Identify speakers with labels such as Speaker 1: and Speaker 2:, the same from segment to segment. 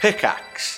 Speaker 1: Pickaxe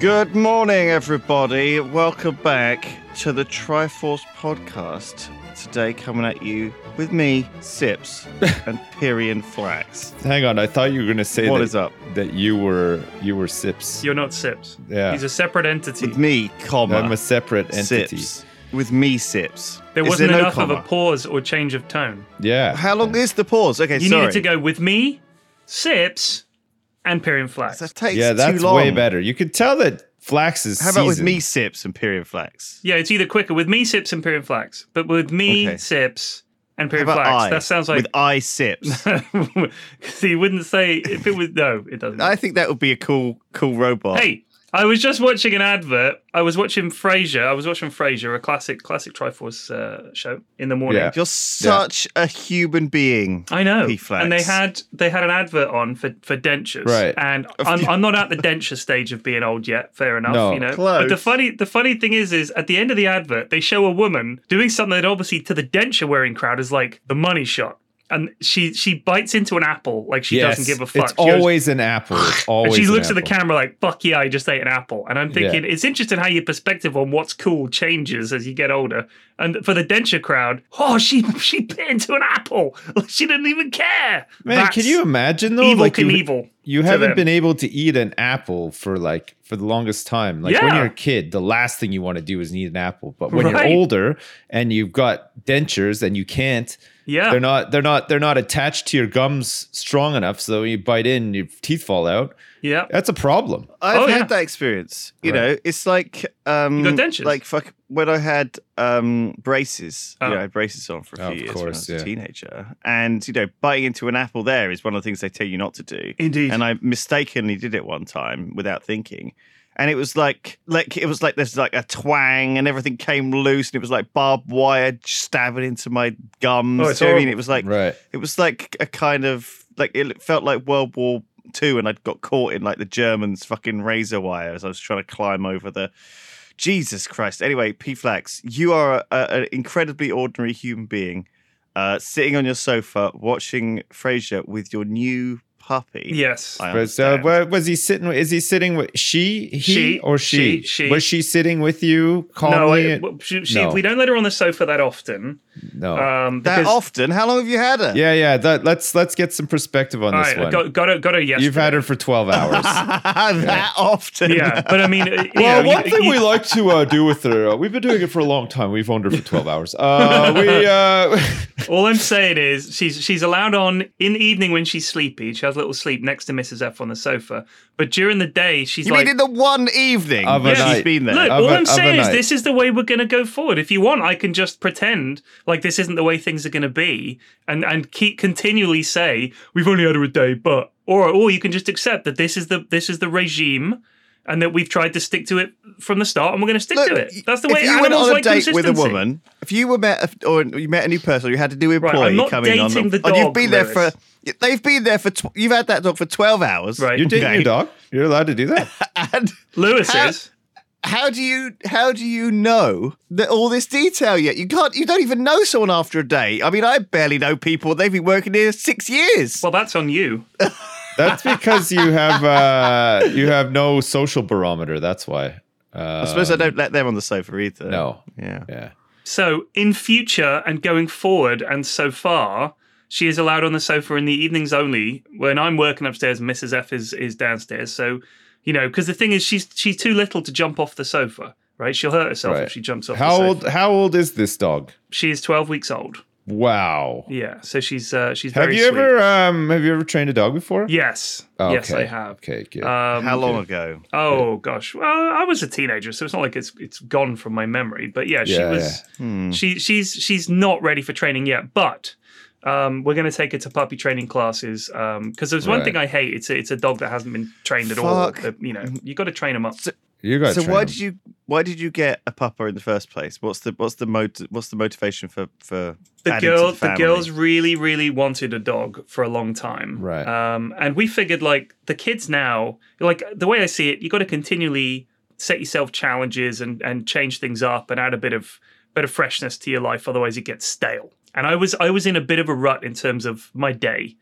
Speaker 2: Good morning, everybody. Welcome back to the Triforce podcast. Today, coming at you with me, Sips, and Pyrian Flax.
Speaker 3: Hang on, I thought you were gonna say
Speaker 2: What
Speaker 3: that,
Speaker 2: is up?
Speaker 3: that you were you were Sips.
Speaker 4: You're not Sips.
Speaker 3: Yeah.
Speaker 4: He's a separate entity.
Speaker 2: With me, comma.
Speaker 3: I'm a separate entity.
Speaker 2: Sips. With me, Sips.
Speaker 4: There
Speaker 2: Is
Speaker 4: wasn't
Speaker 2: no
Speaker 4: enough of a
Speaker 2: comma?
Speaker 4: pause or change of tone.
Speaker 3: Yeah.
Speaker 2: How long is the pause? Okay,
Speaker 4: You
Speaker 2: sorry.
Speaker 4: needed to go with me, Sips, and Pyrian Flax.
Speaker 2: That takes
Speaker 3: Yeah, that's
Speaker 2: too long.
Speaker 3: way better. You could tell that Flax is.
Speaker 2: How about with
Speaker 3: seasoned.
Speaker 2: me, Sips, and Pyrian Flax?
Speaker 4: Yeah, it's either quicker with me, Sips, and Pyrian Flax. But with me,
Speaker 2: Okay.
Speaker 4: Sips, and
Speaker 2: How
Speaker 4: Pyrian
Speaker 2: about
Speaker 4: Flax.
Speaker 2: I?
Speaker 4: That sounds like.
Speaker 2: with I Sips.
Speaker 4: so you wouldn't say if it was. No, it doesn't.
Speaker 2: I think that would be a cool, cool robot.
Speaker 4: Hey, I was just watching an advert. I was watching Frasier. I was watching Frasier, a classic, classic Triforce uh, show in the morning.
Speaker 3: Yeah.
Speaker 2: you're such a human being.
Speaker 4: I know.
Speaker 2: P-flex.
Speaker 4: And they had they had an advert on for, for dentures.
Speaker 3: Right.
Speaker 4: And I'm, I'm not at the denture stage of being old yet, fair enough.
Speaker 3: No.
Speaker 4: you know.
Speaker 2: Close.
Speaker 4: But the funny the funny thing is is at the end of the advert, they show a woman doing something that obviously to the denture wearing crowd is like the money shot. And she she bites into an apple like she
Speaker 3: Yes,
Speaker 4: doesn't give a fuck.
Speaker 3: It's
Speaker 4: She goes-
Speaker 3: always an apple. It's always.
Speaker 4: and she
Speaker 3: an
Speaker 4: looks at the
Speaker 3: apple.
Speaker 4: camera like, fuck yeah, I just ate an apple. And I'm thinking, it's interesting how your perspective on what's cool changes as you get older. And for the denture crowd, oh, she she bit into an apple. She didn't even care.
Speaker 3: Man,
Speaker 4: That's
Speaker 3: can you imagine though?
Speaker 4: Evil
Speaker 3: you,
Speaker 4: Knievel
Speaker 3: You
Speaker 4: to
Speaker 3: haven't
Speaker 4: them.
Speaker 3: been able to eat an apple for like for the longest time. Like when
Speaker 4: Yeah.
Speaker 3: you're a kid, the last thing you want to do is eat an apple. But when
Speaker 4: Right.
Speaker 3: you're older and you've got dentures and you can't,
Speaker 4: Yeah.
Speaker 3: they're not they're not they're not attached to your gums strong enough. So when you bite in, your teeth fall out.
Speaker 4: yeah.
Speaker 3: That's a problem.
Speaker 2: I've
Speaker 4: Oh,
Speaker 2: had
Speaker 4: yeah.
Speaker 2: that experience. You
Speaker 3: Right.
Speaker 2: know, it's like um,
Speaker 4: You got dentures?
Speaker 2: Like fuck, when I had um, braces, you
Speaker 4: Oh.
Speaker 2: know, I had braces on for a
Speaker 3: Oh,
Speaker 2: few
Speaker 3: of
Speaker 2: years when I
Speaker 3: course,
Speaker 2: was
Speaker 3: yeah.
Speaker 2: a teenager, and you know, biting into an apple there is one of the things they tell you not to do.
Speaker 4: Indeed.
Speaker 2: And I mistakenly did it one time without thinking. And it was like, like it was like there's like a twang, and everything came loose, and it was like barbed wire stabbing into my gums.
Speaker 4: Oh, it's
Speaker 2: Do you know what I mean?
Speaker 4: horrible.
Speaker 2: It was like
Speaker 3: right.
Speaker 2: it was like a kind of like it felt like World War Two, and I'd got caught in like the Germans' fucking razor wire as I was trying to climb over the. Jesus Christ! Anyway, P Flax, you are a- a- an incredibly ordinary human being, uh, sitting on your sofa watching Frasier with your new puppy.
Speaker 4: yes.
Speaker 2: I
Speaker 3: But uh,
Speaker 2: understand.
Speaker 3: wa- was he sitting? Is he sitting with she, he,
Speaker 4: She,
Speaker 3: or she?
Speaker 4: she, she.
Speaker 3: Was she sitting with you
Speaker 4: No, I,
Speaker 3: calmly? No,
Speaker 4: well, she, she,
Speaker 3: No.
Speaker 4: we don't let her on the sofa that often.
Speaker 3: no.
Speaker 4: Um,
Speaker 2: that
Speaker 4: because-
Speaker 2: often? How long have you had her?
Speaker 3: yeah, yeah. That, let's let's get some perspective on
Speaker 4: all
Speaker 3: this
Speaker 4: right, I
Speaker 3: one.
Speaker 4: got, got her, got her yesterday.
Speaker 3: You've had her for twelve hours.
Speaker 2: that often.
Speaker 4: yeah, but I mean,
Speaker 3: Well,
Speaker 4: you know,
Speaker 3: one
Speaker 4: you-
Speaker 3: thing
Speaker 4: you-
Speaker 3: we like to uh, do with her, uh, we've been doing it for a long time. We've owned her for 12 hours. Uh, we, uh,
Speaker 4: All I'm saying is she's she's allowed on in the evening when she's sleepy. She has a little sleep next to Mrs. F on the sofa. But during the day, she's
Speaker 2: You
Speaker 4: like
Speaker 2: mean in the one evening
Speaker 3: Of a
Speaker 2: that she's
Speaker 3: night.
Speaker 2: been there?
Speaker 4: Look,
Speaker 3: Of
Speaker 4: all
Speaker 3: a-
Speaker 4: i I'm
Speaker 3: of a
Speaker 4: saying is
Speaker 3: night.
Speaker 4: this is the way we're going to go forward. If you want, I can just pretend like this isn't the way things are going to be, and and keep continually say we've only had her a day, but or or you can just accept that this is the this is the regime, and that we've tried to stick to it from the start, and we're going to stick to
Speaker 2: Look,
Speaker 4: it. That's the
Speaker 2: if
Speaker 4: way
Speaker 2: you went
Speaker 4: animals
Speaker 2: on a
Speaker 4: like
Speaker 2: date with a
Speaker 4: consistency.
Speaker 2: woman, if you were met or you met a new person, you had a new
Speaker 4: I'm
Speaker 2: employee
Speaker 4: not
Speaker 2: coming on,
Speaker 4: dating the
Speaker 2: and you've
Speaker 4: dog,
Speaker 2: been there
Speaker 4: Lewis.
Speaker 2: for. They've been there for. Tw- you've had that dog for twelve hours.
Speaker 4: Right.
Speaker 3: you're dating
Speaker 2: Okay.
Speaker 3: your dog. You're allowed to do that.
Speaker 2: And
Speaker 4: Lewis
Speaker 2: How-
Speaker 4: is.
Speaker 2: how do you how do you know that all this detail yet? You can't. You don't even know someone after a day. I mean, I barely know people. They've been working here six years.
Speaker 4: Well, that's on you.
Speaker 3: That's because you have uh, you have no social barometer. That's why. Uh,
Speaker 2: I suppose I don't let them on the sofa either.
Speaker 3: No.
Speaker 2: Yeah.
Speaker 3: Yeah.
Speaker 4: So, in future and going forward, and so far, she is allowed on the sofa in the evenings only. When I'm working upstairs, Mrs. F is is downstairs. So, you know, because the thing is, she's she's too little to jump off the sofa. Right? She'll hurt herself
Speaker 3: Right.
Speaker 4: if she jumps off. the
Speaker 3: How
Speaker 4: sofa.
Speaker 3: old? How old is this dog?
Speaker 4: She is twelve weeks old.
Speaker 3: Wow.
Speaker 4: Yeah. So she's uh, she's
Speaker 3: Have
Speaker 4: very
Speaker 3: you
Speaker 4: sweet.
Speaker 3: ever um, have you ever trained a dog before?
Speaker 4: Yes.
Speaker 3: Oh,
Speaker 4: Yes,
Speaker 3: okay.
Speaker 4: I have.
Speaker 3: Okay. Good.
Speaker 4: Um,
Speaker 2: How long ago?
Speaker 4: Oh gosh, well, I was a teenager, so it's not like it's it's gone from my memory. But yeah, she
Speaker 3: Yeah,
Speaker 4: was.
Speaker 2: Hmm. Mm.
Speaker 4: She she's she's not ready for training yet, but. Um, we're going to take her to puppy training classes because there's one
Speaker 3: Right.
Speaker 4: thing I hate. It's a, it's a dog that hasn't been trained at
Speaker 2: Fuck.
Speaker 4: all. Uh, You know, you got to train them up.
Speaker 3: you got.
Speaker 2: So why did you why did you get a pupper in the first place? What's the what's the mot- what's the motivation for for
Speaker 4: the
Speaker 2: adding to
Speaker 4: girl
Speaker 2: the,
Speaker 4: the,
Speaker 2: family?
Speaker 4: girls really really wanted a dog for a long time
Speaker 3: Right.
Speaker 4: um and we figured like the kids now like the way i see it you got to continually set yourself challenges and and change things up and add a bit of bit of freshness to your life. Otherwise, it gets stale. And I was I was in a bit of a rut in terms of my day.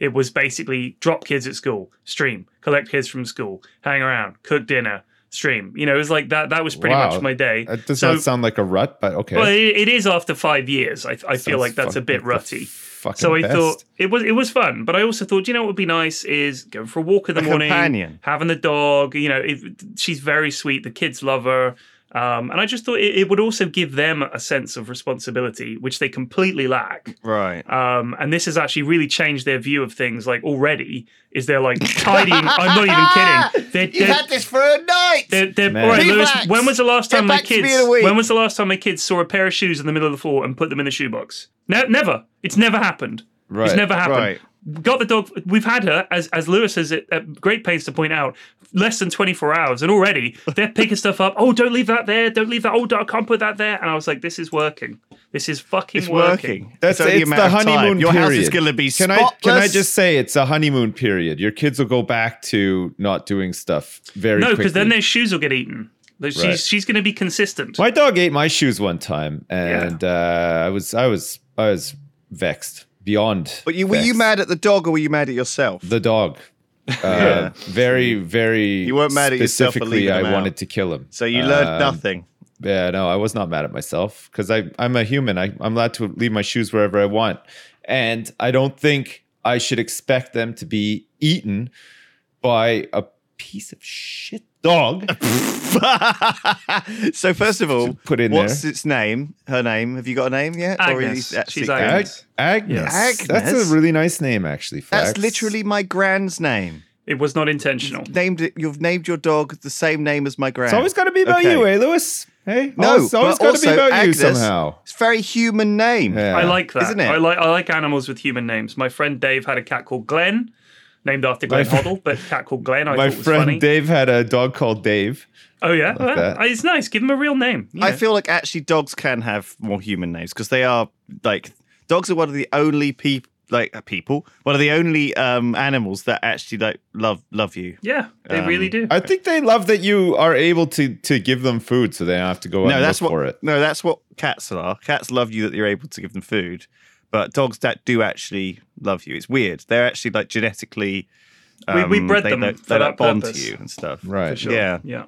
Speaker 4: It was basically drop kids at school, stream, collect kids from school, hang around, cook dinner, stream. You know, it was like that. That was pretty
Speaker 3: Wow.
Speaker 4: much my day.
Speaker 3: That does
Speaker 4: So-
Speaker 3: not sound like a rut, but okay.
Speaker 4: Well, it, it is after five years. I, I feel
Speaker 3: Sounds
Speaker 4: like that's a
Speaker 3: fucking-
Speaker 4: bit
Speaker 3: the
Speaker 4: rutty.
Speaker 3: Fucking
Speaker 4: So I
Speaker 3: best.
Speaker 4: thought it was it was fun, but I also thought, you know, what would be nice is going for a walk in the
Speaker 2: A
Speaker 4: morning,
Speaker 2: companion.
Speaker 4: having the dog. You know, it, she's very sweet. The kids love her, um, and I just thought it, it would also give them a sense of responsibility, which they completely lack.
Speaker 2: Right.
Speaker 4: Um, and this has actually really changed their view of things. Like already, is they're like tidying. I'm not even kidding. They're,
Speaker 2: You
Speaker 4: they're-
Speaker 2: had this for a night.
Speaker 4: they're, they're,
Speaker 3: Man.
Speaker 4: all right,
Speaker 2: Relax.
Speaker 4: Lewis, when was the last
Speaker 2: Get
Speaker 4: time my
Speaker 2: back to me
Speaker 4: kids?
Speaker 2: in a week.
Speaker 4: When was the last time my kids saw a pair of shoes in the middle of the floor and put them in the shoebox? No, never. It's never happened.
Speaker 3: right.
Speaker 4: It's never happened.
Speaker 2: Right.
Speaker 4: Got the dog. We've had her, as as Lewis is at, at great pains to point out, less than twenty four hours, and already they're picking stuff up. Oh, don't leave that there. Don't leave that. Oh, I can't put that there. And I was like, this is working. This is fucking
Speaker 2: It's working.
Speaker 3: That's
Speaker 2: only a
Speaker 3: it's
Speaker 2: matter
Speaker 3: the
Speaker 2: of time.
Speaker 3: honeymoon
Speaker 2: Your
Speaker 3: period.
Speaker 2: house is going to be
Speaker 3: can
Speaker 2: spotless.
Speaker 3: I can I just say it's a honeymoon period. Your kids will go back to not doing stuff very
Speaker 4: No,
Speaker 3: quickly.
Speaker 4: because then their shoes will get eaten. Like, She's
Speaker 3: Right.
Speaker 4: she's going to be consistent.
Speaker 3: My dog ate my shoes one time, and uh, I was I was I was vexed beyond.
Speaker 2: But you, were you
Speaker 3: vexed.
Speaker 2: mad at the dog or were you mad at yourself?
Speaker 3: The dog. Uh,
Speaker 2: Yeah.
Speaker 3: Very, very.
Speaker 2: You weren't mad at yourself for
Speaker 3: Specifically,
Speaker 2: leaving him
Speaker 3: I
Speaker 2: out.
Speaker 3: wanted to kill him.
Speaker 2: so you learned
Speaker 3: Um,
Speaker 2: nothing.
Speaker 3: Yeah, no, I was not mad at myself because I I'm a human. I, I'm allowed to leave my shoes wherever I want, and I don't think I should expect them to be eaten by a piece of shit dog.
Speaker 2: so first of all,
Speaker 3: Put in
Speaker 2: what's
Speaker 3: there.
Speaker 2: its name? Her name? Have you got a name yet?
Speaker 4: Agnes.
Speaker 2: is that
Speaker 4: She's
Speaker 2: secret?
Speaker 4: Agnes.
Speaker 3: Ag- Agnes.
Speaker 2: Yes.
Speaker 3: That's
Speaker 2: Agnes?
Speaker 3: a really nice name, actually.
Speaker 2: That's
Speaker 3: Flax.
Speaker 2: literally my grand's name.
Speaker 4: It was not intentional.
Speaker 2: Named it. You've named your dog the same name as my grand.
Speaker 3: It's always got to be about
Speaker 2: Okay.
Speaker 3: you, eh, Lewis? Hey,
Speaker 2: No,
Speaker 3: always, always
Speaker 2: but
Speaker 3: got to be
Speaker 2: also
Speaker 3: about
Speaker 2: Agnes-
Speaker 3: you somehow.
Speaker 2: It's a very human name.
Speaker 3: Yeah.
Speaker 4: I like that.
Speaker 2: Isn't it?
Speaker 4: I like I like animals with human names. My friend Dave had a cat called Glenn, named after
Speaker 3: My
Speaker 4: Glenn
Speaker 3: fr-
Speaker 4: Hoddle, but cat called Glenn I
Speaker 3: My
Speaker 4: thought was
Speaker 3: friend
Speaker 4: funny.
Speaker 3: Dave had a dog called Dave.
Speaker 4: oh yeah, Well,
Speaker 3: that.
Speaker 4: it's nice. Give him a real name. you
Speaker 2: I
Speaker 4: know.
Speaker 2: feel like actually dogs can have more human names because they are like dogs are one of the only people like uh, people one of the only um animals that actually like love love you.
Speaker 4: yeah, they
Speaker 2: Um,
Speaker 4: really do.
Speaker 3: I think they love that you are able to to give them food, so they don't have to go out
Speaker 2: no,
Speaker 3: and
Speaker 2: that's
Speaker 3: look
Speaker 2: what
Speaker 3: for it.
Speaker 2: no, that's what cats are. Cats love you that you're able to give them food, but dogs that do actually love you. It's weird. They're actually like genetically.
Speaker 4: We- we
Speaker 2: um,
Speaker 4: bred
Speaker 2: they,
Speaker 4: them
Speaker 2: They,
Speaker 4: for
Speaker 2: they like
Speaker 4: that
Speaker 2: bond to
Speaker 4: purpose.
Speaker 2: you and stuff.
Speaker 4: for
Speaker 3: Right.
Speaker 4: sure.
Speaker 2: yeah.
Speaker 4: yeah.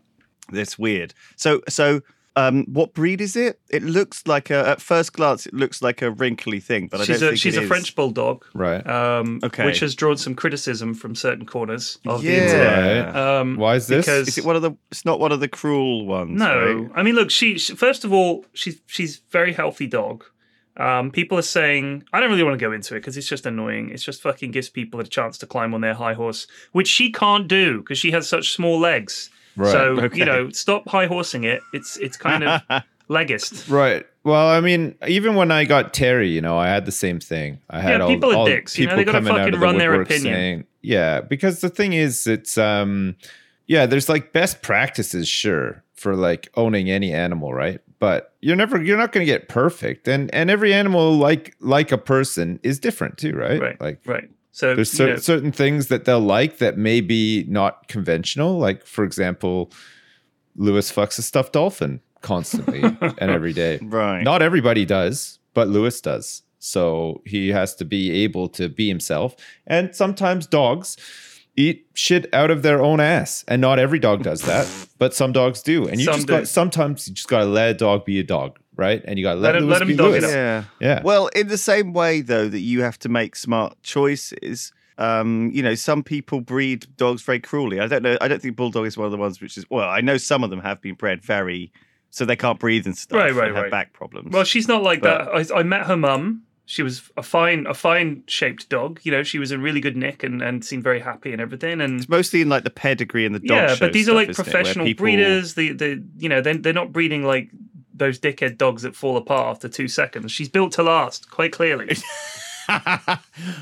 Speaker 2: It's weird. So so um what breed is it? It looks like a at first glance it looks like a wrinkly thing, but I
Speaker 4: She's
Speaker 2: don't
Speaker 4: a
Speaker 2: think
Speaker 4: she's
Speaker 2: it
Speaker 4: a
Speaker 2: is.
Speaker 4: French bulldog,
Speaker 3: Right.
Speaker 4: um,
Speaker 2: Okay.
Speaker 4: which has drawn some criticism from certain corners of the internet.
Speaker 2: yeah.
Speaker 3: Right.
Speaker 4: Um,
Speaker 3: Why is this?
Speaker 4: because-
Speaker 2: Uh, is it one of the it's not one of the cruel ones.
Speaker 4: No,
Speaker 2: right?
Speaker 4: I mean, look, she, she first of all, she's she's very healthy dog. Um, people are saying I don't really want to go into it because it's just annoying. It's just fucking gives people a chance to climb on their high horse, which she can't do because she has such small legs.
Speaker 3: Right,
Speaker 4: So
Speaker 2: okay.
Speaker 4: you know, stop high horsing it. It's it's kind of leggist.
Speaker 3: Right. Well, I mean, even when I got Terry, you know, I had the same thing. I had
Speaker 4: Yeah,
Speaker 3: all,
Speaker 4: people are
Speaker 3: all
Speaker 4: dicks, you
Speaker 3: people
Speaker 4: know, they gotta
Speaker 3: coming out
Speaker 4: fucking
Speaker 3: of the
Speaker 4: run their
Speaker 3: woodwork
Speaker 4: opinion.
Speaker 3: saying- yeah, because the thing is, it's um, yeah, there's like best practices, sure, for like owning any animal, right? But you're never, you're not going to get perfect, and and every animal, like like a person, is different too, right?
Speaker 4: Right.
Speaker 3: Like
Speaker 4: Right. So
Speaker 3: there's
Speaker 4: you
Speaker 3: cer-
Speaker 4: know,
Speaker 3: certain things that they'll like that may be not conventional. Like for example, Lewis fucks a stuffed dolphin constantly and every day.
Speaker 2: Right.
Speaker 3: Not everybody does, but Lewis does. So he has to be able to be himself. And sometimes dogs eat shit out of their own ass. And not every dog does that, but some dogs do. And you
Speaker 4: Some
Speaker 3: just
Speaker 4: do.
Speaker 3: got sometimes you just gotta let a dog be a dog, right? And you gotta let,
Speaker 4: Let him-
Speaker 3: Lewis
Speaker 4: let him
Speaker 3: be
Speaker 4: dog it
Speaker 3: Lewis.
Speaker 4: up.
Speaker 2: yeah.
Speaker 3: Yeah.
Speaker 2: Well, in the same way though that you have to make smart choices, um, you know, some people breed dogs very cruelly. I don't know. I don't think bulldog is one of the ones which is well. I know some of them have been bred very, so they can't breathe and stuff.
Speaker 4: Right, right,
Speaker 2: and have
Speaker 4: right.
Speaker 2: Back problems.
Speaker 4: Well, she's not like
Speaker 2: But-
Speaker 4: that. I, I met her mum. She was a fine, a fine shaped dog. You know, she was in really good nick and, and seemed very happy and everything. And
Speaker 2: it's mostly in like the pedigree and the dog
Speaker 4: yeah,
Speaker 2: show
Speaker 4: but these are
Speaker 2: stuff,
Speaker 4: like
Speaker 2: isn't it, where
Speaker 4: professional
Speaker 2: people-
Speaker 4: breeders. The the you know they they're not breeding like those dickhead dogs that fall apart after two seconds. She's built to last, quite clearly.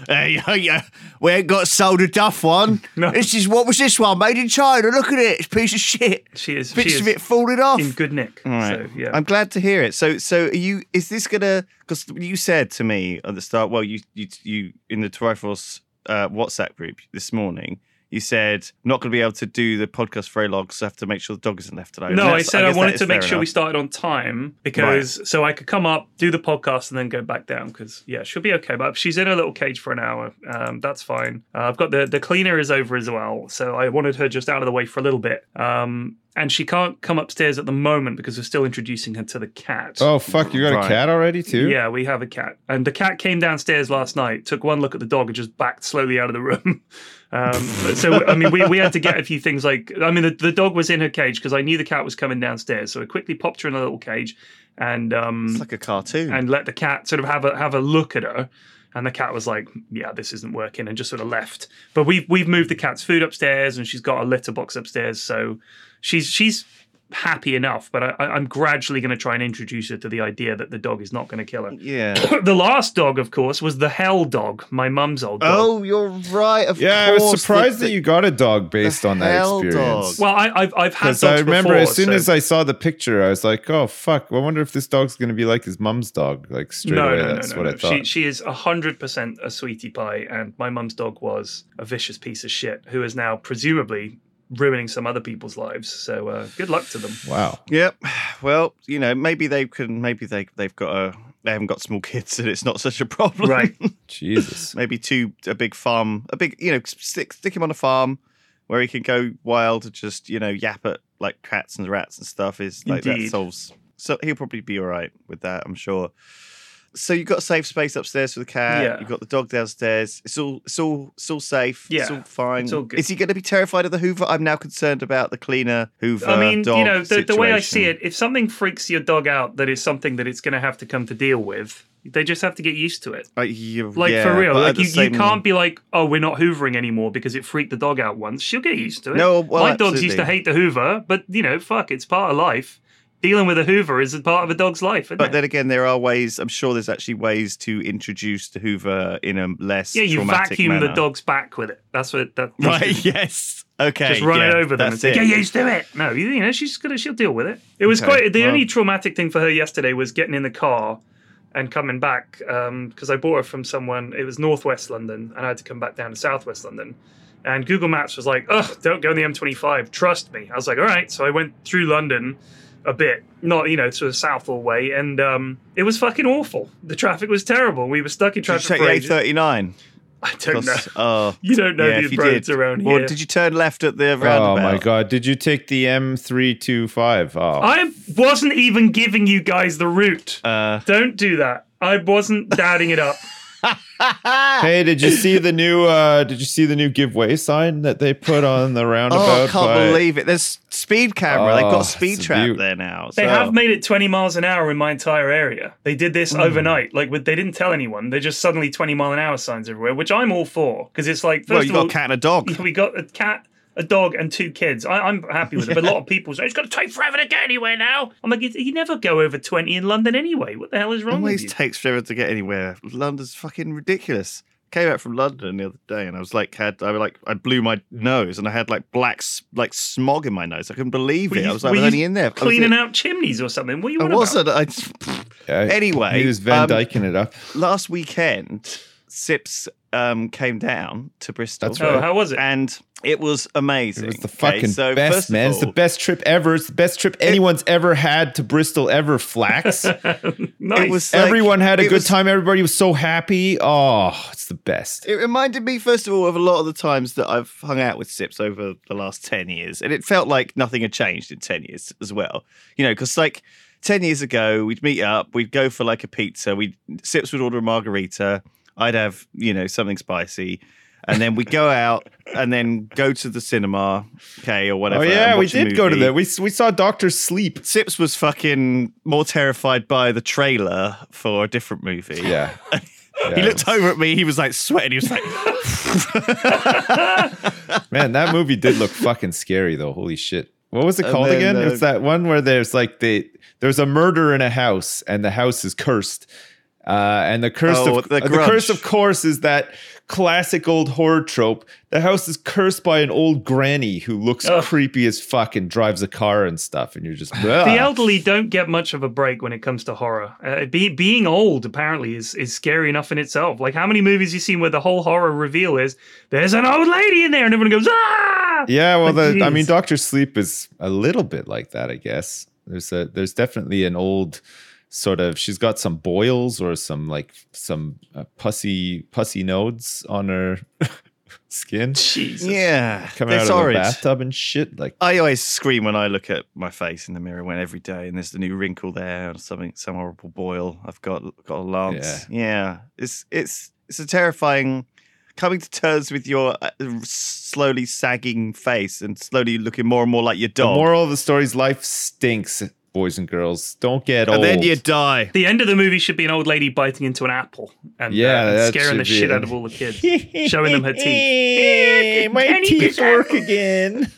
Speaker 2: Hey, yeah, we ain't got sold a duff one.
Speaker 4: No.
Speaker 2: This is what was this one made in China? Look at it, it's a piece of shit.
Speaker 4: She is she
Speaker 2: Bits of
Speaker 4: is
Speaker 2: it falling off.
Speaker 4: in good nick.
Speaker 2: All right.
Speaker 4: So yeah,
Speaker 2: I'm glad to hear it. So, so are you is this gonna? Because you said to me at the start, well, you you you in the Triforce uh, WhatsApp group this morning, you said I'm not going to be able to do the podcast for very long because I have to make sure the dog isn't left alone.
Speaker 4: No,
Speaker 2: And
Speaker 4: I
Speaker 2: that's-
Speaker 4: said I,
Speaker 2: guess that
Speaker 4: wanted
Speaker 2: is
Speaker 4: to make
Speaker 2: fair
Speaker 4: sure we
Speaker 2: enough.
Speaker 4: started on time because so I could come up, do the podcast, and then go back down because yeah, she'll be okay. But she's in her little cage for an hour. Um, that's fine. Uh, I've got the the cleaner is over as well, so I wanted her just out of the way for a little bit. Um, and she can't come upstairs at the moment because we're still introducing her to the cat.
Speaker 3: Oh fuck, you got
Speaker 2: Right.
Speaker 3: a cat already too?
Speaker 4: Yeah, we have a cat, and the cat came downstairs last night, took one look at the dog, and just backed slowly out of the room. Um, so I mean, we, we had to get a few things like I mean, the, the dog was in her cage because I knew the cat was coming downstairs, so I quickly popped her in a little cage, and um,
Speaker 2: It's like a cartoon.
Speaker 4: and let the cat sort of have a have a look at her. And the cat was like, "Yeah, this isn't working," and just sort of left. But we've we've moved the cat's food upstairs, and she's got a litter box upstairs, so she's she's happy enough. But I, I- I'm gradually going to try and introduce her to the idea that the dog is not going to kill her.
Speaker 2: yeah.
Speaker 4: the last dog, of course, was the hell dog, my mum's old dog.
Speaker 2: Oh, you're right. Of
Speaker 3: Yeah, I
Speaker 2: course.
Speaker 3: was surprised
Speaker 2: The-
Speaker 3: that you got a dog based on that
Speaker 2: hell
Speaker 3: experience.
Speaker 2: dog.
Speaker 4: Well, I, I've I've had dogs
Speaker 3: Because I remember
Speaker 4: before,
Speaker 3: as soon
Speaker 4: so-
Speaker 3: as I saw the picture, I was like, "Oh fuck! I wonder if this dog's going to be like his mum's dog." Like straight away, that's what I
Speaker 4: She,
Speaker 3: thought.
Speaker 4: she is 100% a sweetie pie, and my mum's dog was a vicious piece of shit who is now presumably ruining some other people's lives. So uh, good luck to them.
Speaker 3: wow.
Speaker 2: Yep. Well, you know, maybe they can. Maybe they they've got a. They haven't got small kids, and it's not such a problem.
Speaker 4: Right.
Speaker 3: Jesus.
Speaker 2: maybe two a big farm, a big you know stick stick him on a farm where he can go wild and just you know yap at like cats and rats and stuff. Is like that
Speaker 4: Indeed.
Speaker 2: solves. So he'll probably be all right with that, I'm sure. So you've got safe space upstairs for the cat.
Speaker 4: Yeah.
Speaker 2: You've got the dog downstairs. It's all, it's all, it's all safe. It's
Speaker 4: Yeah,
Speaker 2: all fine.
Speaker 4: it's all good.
Speaker 2: Is he going to be terrified of the Hoover? I'm now concerned about the cleaner Hoover.
Speaker 3: Uh,
Speaker 4: I mean,
Speaker 2: dog
Speaker 4: you know, the, the way I see
Speaker 2: situation.
Speaker 4: it, if something freaks your dog out, that is something that it's going to have to come to deal with. They just have to get used to it.
Speaker 2: Uh, you-
Speaker 4: Like
Speaker 2: yeah,
Speaker 4: for real,
Speaker 2: but at
Speaker 4: like
Speaker 2: the
Speaker 4: you,
Speaker 2: same-
Speaker 4: you can't be like, oh, we're not hoovering anymore because it freaked the dog out once. She'll get used to it.
Speaker 2: No, well,
Speaker 4: my dogs used to
Speaker 2: absolutely.
Speaker 4: hate the Hoover, but you know, fuck, it's part of life. Dealing with a Hoover is a part of a dog's life, isn't
Speaker 2: But
Speaker 4: it?
Speaker 2: then again, there are ways. I'm sure there's actually ways to introduce the Hoover in a less
Speaker 4: Yeah, you
Speaker 2: traumatic
Speaker 4: vacuum the
Speaker 2: manner.
Speaker 4: dog's back with it. That's what that.
Speaker 2: Right. Yes. Okay.
Speaker 4: Just run
Speaker 2: yeah,
Speaker 4: it over them and
Speaker 2: That's
Speaker 4: say,
Speaker 2: it.
Speaker 4: "Get used to it." No, you, you know she's gonna she'll deal with it. It was
Speaker 2: Okay,
Speaker 4: quite the
Speaker 2: well-
Speaker 4: only traumatic thing for her yesterday was getting in the car and coming back because I bought her from someone. It was northwest London, and I had to come back down to southwest London. And Google Maps was like, "Ugh, don't go on the M25. Trust me." I was like, "All right." So I went through London a bit, not you know sort of southward way, and um, it was fucking awful. The traffic was terrible. We were stuck in
Speaker 2: Did you
Speaker 4: traffic
Speaker 2: take
Speaker 4: for
Speaker 2: the
Speaker 4: ages.
Speaker 2: A39?
Speaker 4: I don't know.
Speaker 2: Because- Oh.
Speaker 4: You don't know
Speaker 2: yeah, if
Speaker 4: the
Speaker 2: you
Speaker 4: roads
Speaker 2: did.
Speaker 4: around
Speaker 2: Well,
Speaker 4: here.
Speaker 2: did you turn left at the roundabout?
Speaker 3: Oh my god! Did you take the M three two five? Oh,
Speaker 4: I wasn't even giving you guys the route.
Speaker 2: Uh,
Speaker 4: Don't do that. I wasn't dadding it up.
Speaker 2: Ah.
Speaker 3: hey, did you see the new? uh Did you see the new giveaway sign that they put on the roundabout?
Speaker 2: oh, I can't
Speaker 3: by-
Speaker 2: believe it. There's speed camera. They've
Speaker 3: Oh,
Speaker 2: got
Speaker 3: it's
Speaker 2: speed
Speaker 3: a
Speaker 2: trap
Speaker 3: beaut.
Speaker 2: there now.
Speaker 4: They
Speaker 2: so-
Speaker 4: have made it 20 miles an hour in my entire area. They did
Speaker 2: Hmm.
Speaker 4: this overnight. Like, with, they didn't tell anyone. They just suddenly 20 mile an hour signs everywhere, which I'm all for. Because it's like, first
Speaker 2: Well, you
Speaker 4: of
Speaker 2: got
Speaker 4: all,
Speaker 2: a cat and a dog.
Speaker 4: we got a cat, a dog, and two kids. I, I'm happy with it. But a lot of people say, it's going to take forever to get anywhere now. I'm like, you you never go over 20 in London anyway. What the hell is wrong with
Speaker 2: always
Speaker 4: you?
Speaker 2: takes forever to get anywhere. London's fucking ridiculous. Came out from London the other day, and I was like, had I was like, I blew my nose, and I had like black, s- like smog in my nose. I couldn't believe
Speaker 4: Were
Speaker 2: it.
Speaker 4: you-
Speaker 2: I was like, I
Speaker 4: were
Speaker 2: was
Speaker 4: you
Speaker 2: only in there. I was in-
Speaker 4: Cleaning out chimneys or something. What are you
Speaker 2: I
Speaker 4: on about?
Speaker 2: wasn't. I,
Speaker 3: Yeah,
Speaker 2: anyway,
Speaker 3: he was Van
Speaker 2: um,
Speaker 3: Dyking it up.
Speaker 2: last weekend, Sips um, came down to Bristol.
Speaker 3: That's
Speaker 4: Oh,
Speaker 3: right.
Speaker 4: how was it?
Speaker 2: And it was amazing.
Speaker 3: It was the
Speaker 2: Okay,
Speaker 3: fucking
Speaker 2: so first
Speaker 3: best,
Speaker 2: of
Speaker 3: man. it's the
Speaker 2: all-
Speaker 3: best trip ever. It's the best trip anyone's ever had to Bristol ever. Flax.
Speaker 4: nice.
Speaker 2: It was like-
Speaker 3: Everyone had a
Speaker 2: it
Speaker 3: good
Speaker 2: was-
Speaker 3: time. Everybody was so happy. Oh, it's the best.
Speaker 2: It reminded me, first of all, of a lot of the times that I've hung out with Sips over the last 10 years. And it felt like nothing had changed in 10 years as well. You know, because like 10 years ago, we'd meet up, we'd go for like a pizza, we'd, Sips would order a margarita, I'd have, you know, something spicy. And then we go out and then go to the cinema, okay, or
Speaker 3: Oh
Speaker 2: whatever.
Speaker 3: yeah,
Speaker 2: and
Speaker 3: we
Speaker 2: watch a
Speaker 3: did go to
Speaker 2: movie.
Speaker 3: that. We s- we saw Doctor Sleep.
Speaker 2: Sips was fucking more terrified by the trailer for a different movie.
Speaker 3: Yeah.
Speaker 2: He
Speaker 3: Yeah.
Speaker 2: looked over at me, he was like sweating, he was like,
Speaker 3: Man, that movie did look fucking scary though. Holy shit. What was it
Speaker 2: And
Speaker 3: called
Speaker 2: then,
Speaker 3: again?
Speaker 2: uh,
Speaker 3: it's that one where there's like the there's a murder in a house and the house is cursed. Uh, and the curse
Speaker 2: Oh,
Speaker 3: of
Speaker 2: the
Speaker 3: the
Speaker 2: grudge.
Speaker 3: curse, of course, is that classic old horror trope. The house is cursed by an old granny who looks
Speaker 4: Ugh.
Speaker 3: creepy as fuck and drives a car and stuff. And you're just
Speaker 4: The
Speaker 3: "Ugh."
Speaker 4: elderly don't get much of a break when it comes to horror. Uh, be, being old apparently is is scary enough in itself. Like how many movies you seen where the whole horror reveal is there's an old lady in there and everyone goes ah.
Speaker 3: Yeah, well,
Speaker 4: But
Speaker 3: the, I mean,
Speaker 4: jeez.
Speaker 3: Doctor Sleep is a little bit like that, I guess. There's a there's definitely an old sort of she's got some boils or some like some uh, pussy pussy nodes on her skin
Speaker 4: Jesus.
Speaker 2: Yeah,
Speaker 3: coming
Speaker 2: it's
Speaker 3: out of the
Speaker 2: orange.
Speaker 3: bathtub and shit. Like,
Speaker 2: I always scream when I look at my face in the mirror when every day and there's the new wrinkle there or something, some horrible boil. I've got got a lance. Yeah, it's it's it's a terrifying coming to terms with your uh, slowly sagging face and slowly looking more and more like your
Speaker 3: the
Speaker 2: dog.
Speaker 3: moral of the story's life stinks, boys and girls. Don't get
Speaker 2: and
Speaker 3: old.
Speaker 2: then you die.
Speaker 4: The end of the movie should be an old lady biting into an apple and,
Speaker 3: Yeah,
Speaker 4: uh, and
Speaker 3: that
Speaker 4: scaring the
Speaker 3: should be
Speaker 4: shit
Speaker 3: it.
Speaker 4: out of all the kids. showing them her
Speaker 3: teeth. My
Speaker 4: Tiny
Speaker 3: teeth
Speaker 4: bit
Speaker 3: work again.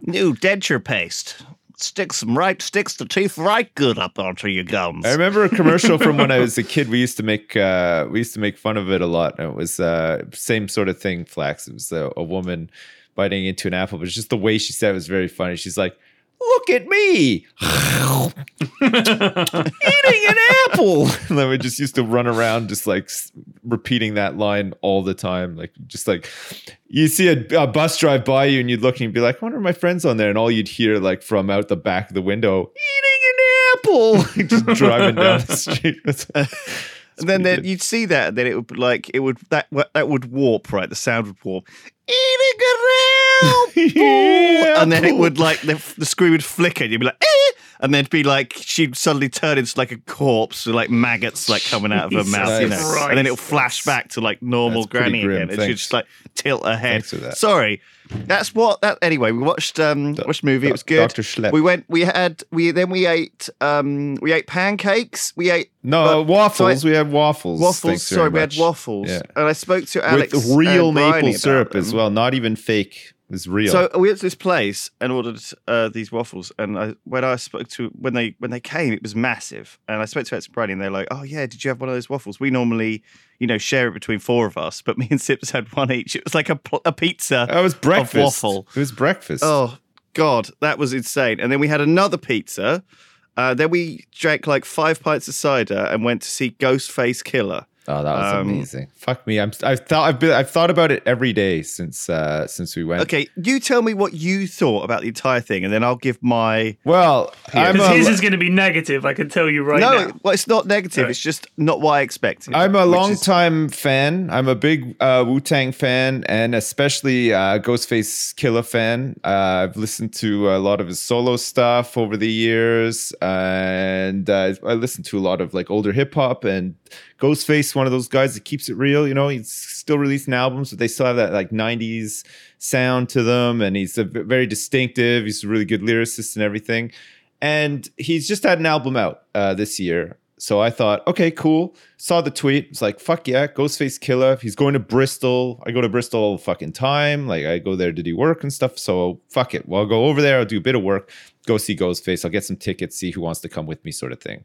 Speaker 2: New denture paste sticks them right, sticks the teeth right good up onto your gums.
Speaker 3: I remember a commercial from when I was a kid. We used to make uh, we used to make fun of it a lot. And it was uh, same sort of thing. Flax. It was a, a woman biting into an apple, but just the way she said it was very funny. She's like, "Look at me eating an apple," and then we just used to run around just like s- repeating that line all the time. Like just like you see a, a bus drive by you, and you'd look and you'd be like, "I wonder if my friends on there," and all you'd hear like from out the back of the window. Eating an apple, just driving down the street.
Speaker 2: And then,
Speaker 3: pretty
Speaker 2: then
Speaker 3: good.
Speaker 2: you'd see that, and then it would be like it would that wa- that would warp, right? The sound would warp. Eating a apple, and then it would like the, the screen would flicker. and You'd be like, eh! and then it'd be like she'd suddenly turn into like a corpse with like maggots like coming out of her
Speaker 4: Jesus
Speaker 2: mouth, you know.
Speaker 4: Christ.
Speaker 2: And then it'll flash back to like normal
Speaker 3: That's pretty
Speaker 2: granny
Speaker 3: grim,
Speaker 2: again, and she'd
Speaker 3: thanks.
Speaker 2: just like tilt her head.
Speaker 3: Thanks for that.
Speaker 2: Sorry, that's what that. Anyway, we watched um watched a movie. it was good.
Speaker 3: Dr. Schlepp.
Speaker 2: We went. We had. We then we ate. Um, we ate pancakes. We ate
Speaker 3: No,
Speaker 2: But-
Speaker 3: waffles.
Speaker 2: so
Speaker 3: we had waffles.
Speaker 2: waffles.
Speaker 3: Thanks very
Speaker 2: Sorry, we had
Speaker 3: much.
Speaker 2: waffles,
Speaker 3: Yeah.
Speaker 2: and I spoke to Alex
Speaker 3: With real
Speaker 2: and Bryony
Speaker 3: maple
Speaker 2: about
Speaker 3: syrup
Speaker 2: them.
Speaker 3: as well, not even fake. It's real.
Speaker 2: So we went to this place and ordered uh, these waffles, and I, when I spoke to when they when they came, it was massive. And I spoke to Alex and Bryony, and they're like, "Oh yeah, did you have one of those waffles? We normally, you know, share it between four of us, but me and Sips had one each. It was like a, pl- a pizza.
Speaker 3: that was breakfast.
Speaker 2: waffle.
Speaker 3: It was breakfast.
Speaker 2: Oh God, that was insane. And then we had another pizza. Uh, then we drank like five pints of cider and went to see Ghostface Killer.
Speaker 3: Oh, that was
Speaker 2: Um,
Speaker 3: amazing. Fuck me. I'm I've thought I've been I've thought about it every day since uh since we went.
Speaker 2: Okay, you tell me what you thought about the entire thing, and then I'll give my.
Speaker 3: Well, I'm
Speaker 4: Because
Speaker 3: a,
Speaker 4: his is going to be negative, I can tell you right
Speaker 2: no,
Speaker 4: now.
Speaker 2: well, it's not negative.
Speaker 4: Right.
Speaker 2: It's just not what I expected.
Speaker 3: I'm a
Speaker 2: which
Speaker 3: long
Speaker 2: is-
Speaker 3: time fan. I'm a big uh, Wu Tang fan and especially uh, Ghostface Killer fan. Uh, I've listened to a lot of his solo stuff over the years, and uh, I listened to a lot of like older hip hop. And Ghostface, one of those guys that keeps it real. You know, he's still releasing albums, but they still have that like '90s sound to them, and he's a v- very distinctive. He's a really good lyricist and everything. And he's just had an album out uh, this year. So I thought, okay, cool. Saw the tweet. It's like, fuck yeah, Ghostface Killer. He's going to Bristol. I go to Bristol all the fucking time. Like, I go there to do work and stuff. So fuck it. Well, I'll go over there. I'll do a bit of work, go see Ghostface. I'll get some tickets, see who wants to come with me, sort of thing.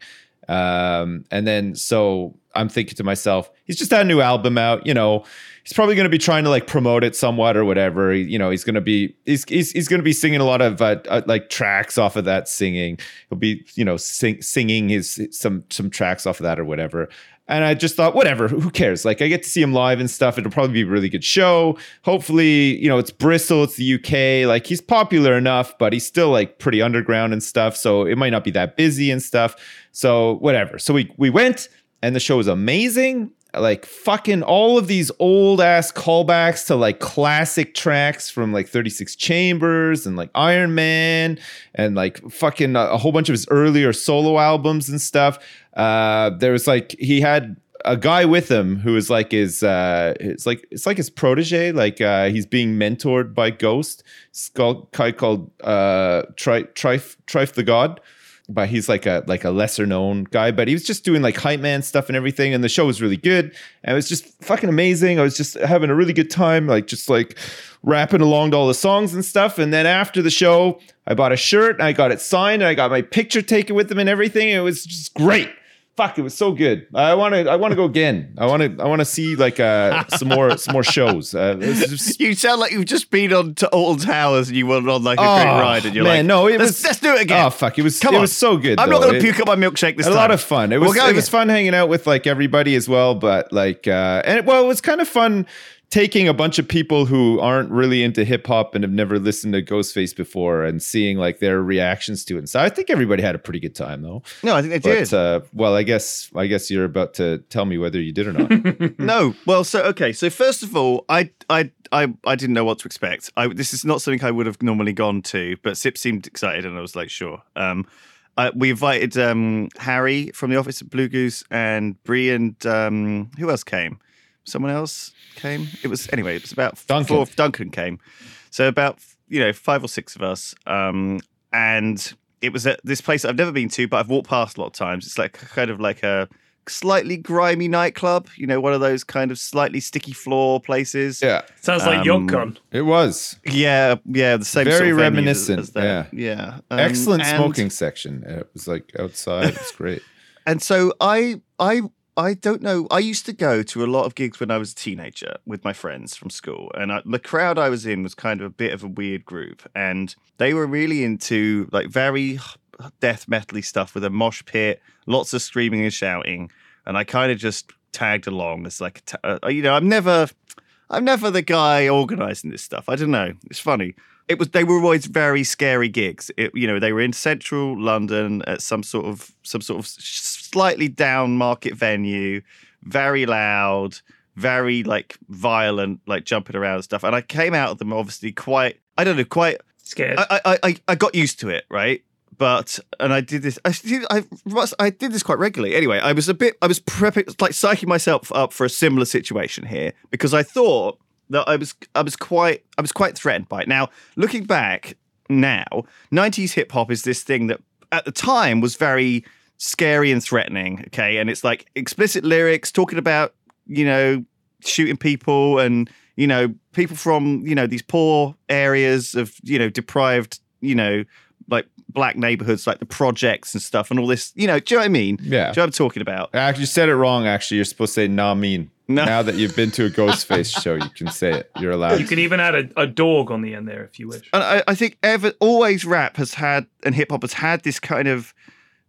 Speaker 3: Um, and then so I'm thinking to myself, he's just had a new album out, you know. He's probably going to be trying to like promote it somewhat or whatever. He- you know, he's going to be he's he's, he's going to be singing a lot of uh, uh, like tracks off of that singing. He'll be you know sing, singing his some some tracks off of that or whatever. And I just thought, whatever, who cares? Like, I get to see him live and stuff. It'll probably be a really good show. Hopefully, you know, it's Bristol, it's the UK. Like, he's popular enough, but he's still like pretty underground and stuff. So it might not be that busy and stuff. So whatever. So we we went, and the show was amazing. Like fucking all of these old ass callbacks to like classic tracks from like 36 Chambers and like Iron Man and like fucking a, a whole bunch of his earlier solo albums and stuff. Uh, there was like he had a guy with him who was like his uh it's like it's like his protege like uh he's being mentored by ghost It's called guy called uh Tri- trife trife the god but he's like a like a lesser known guy but he was just doing like hype man stuff and everything and the show was really good and it was just fucking amazing i was just having a really good time like just like rapping along to all the songs and stuff and then after the show i bought a shirt and i got it signed and i got my picture taken with him and everything and it was just great fuck, it was so good. I want to I want to go again. I want to I want to see like uh some more some more shows. Uh, this is just-
Speaker 2: You sound like you've just been on to Alton Towers and you went on like a
Speaker 3: Oh,
Speaker 2: great ride and you're like,
Speaker 3: man, no, it
Speaker 2: let's,
Speaker 3: was-
Speaker 2: let's do it again.
Speaker 3: Oh fuck, it was
Speaker 2: Come
Speaker 3: it
Speaker 2: on.
Speaker 3: was so good.
Speaker 2: I'm not
Speaker 3: though.
Speaker 2: going to
Speaker 3: It-
Speaker 2: puke up my milkshake this
Speaker 3: a
Speaker 2: time.
Speaker 3: lot of fun. It was
Speaker 2: We'll go
Speaker 3: it was fun hanging out with like everybody as well, but like uh and it, well, it was kind of fun taking a bunch of people who aren't really into hip hop and have never listened to Ghostface before and seeing like their reactions to it. And so I think everybody had a pretty good time though.
Speaker 2: No, I think they did.
Speaker 3: But uh well, I guess I guess you're about to tell me whether you did or not.
Speaker 2: No, well, so okay, so first of all, I, I, I, I didn't know what to expect. I, this is not something I would have normally gone to, but Sip seemed excited, and I was like, sure. Um, I, we invited um, Harry from the office at Blue Goose and Bree and um, who else came? Someone else came. It was anyway. It was about
Speaker 3: Duncan.
Speaker 2: Four, Duncan came. So about you know five or six of us, um, and it was at this place I've never been to, but I've walked past a lot of times. It's like kind of like a slightly grimy nightclub, you know, one of those kind of slightly sticky floor places.
Speaker 3: yeah.
Speaker 4: Sounds like
Speaker 2: Um,
Speaker 4: YourCon.
Speaker 3: It was.
Speaker 2: yeah, yeah, the same.
Speaker 3: Very
Speaker 2: sort of venues
Speaker 3: reminiscent,
Speaker 2: as, as that. Yeah, yeah. Um,
Speaker 3: Excellent
Speaker 2: and-
Speaker 3: smoking section. It was like outside. It was great.
Speaker 2: And so I, I, I don't know. I used to go to a lot of gigs when I was a teenager with my friends from school, and I, the crowd I was in was kind of a bit of a weird group, and they were really into like very death metal-y stuff with a mosh pit, lots of screaming and shouting, and I kind of just tagged along as like, a ta- uh, you know, I'm never, I'm never the guy organizing this stuff. I don't know. It's funny. It was they were always very scary gigs. It, you know, they were in central London at some sort of some sort of s- slightly down market venue, very loud, very like violent, like jumping around and stuff. And I came out of them obviously quite. I don't know, quite
Speaker 4: Scared.
Speaker 3: uh,
Speaker 2: I, I, I, I got used to it, right? But and I did this. I did, I, must- I did this quite regularly. Anyway, I was a bit. I was prepping, like psyching myself up for a similar situation here because I thought that I was. I was quite. I was quite threatened by it. Now, looking back now, '90s hip hop is this thing that at the time was very scary and threatening. Okay, and it's like explicit lyrics talking about you know shooting people and you know people from you know these poor areas of you know deprived you know like black neighborhoods like the projects and stuff and all this you know do you know what i mean do you
Speaker 3: Yeah.
Speaker 2: know what i'm talking about
Speaker 3: Actually, you said it wrong. Actually, you're supposed to say nah mean.
Speaker 2: No.
Speaker 3: Now that you've been to a Ghostface show, you can say it. You're allowed.
Speaker 4: you can even add a, a dog on the end there if you wish.
Speaker 3: uh,
Speaker 2: and i, I think ever always rap has had and hip-hop has had this kind of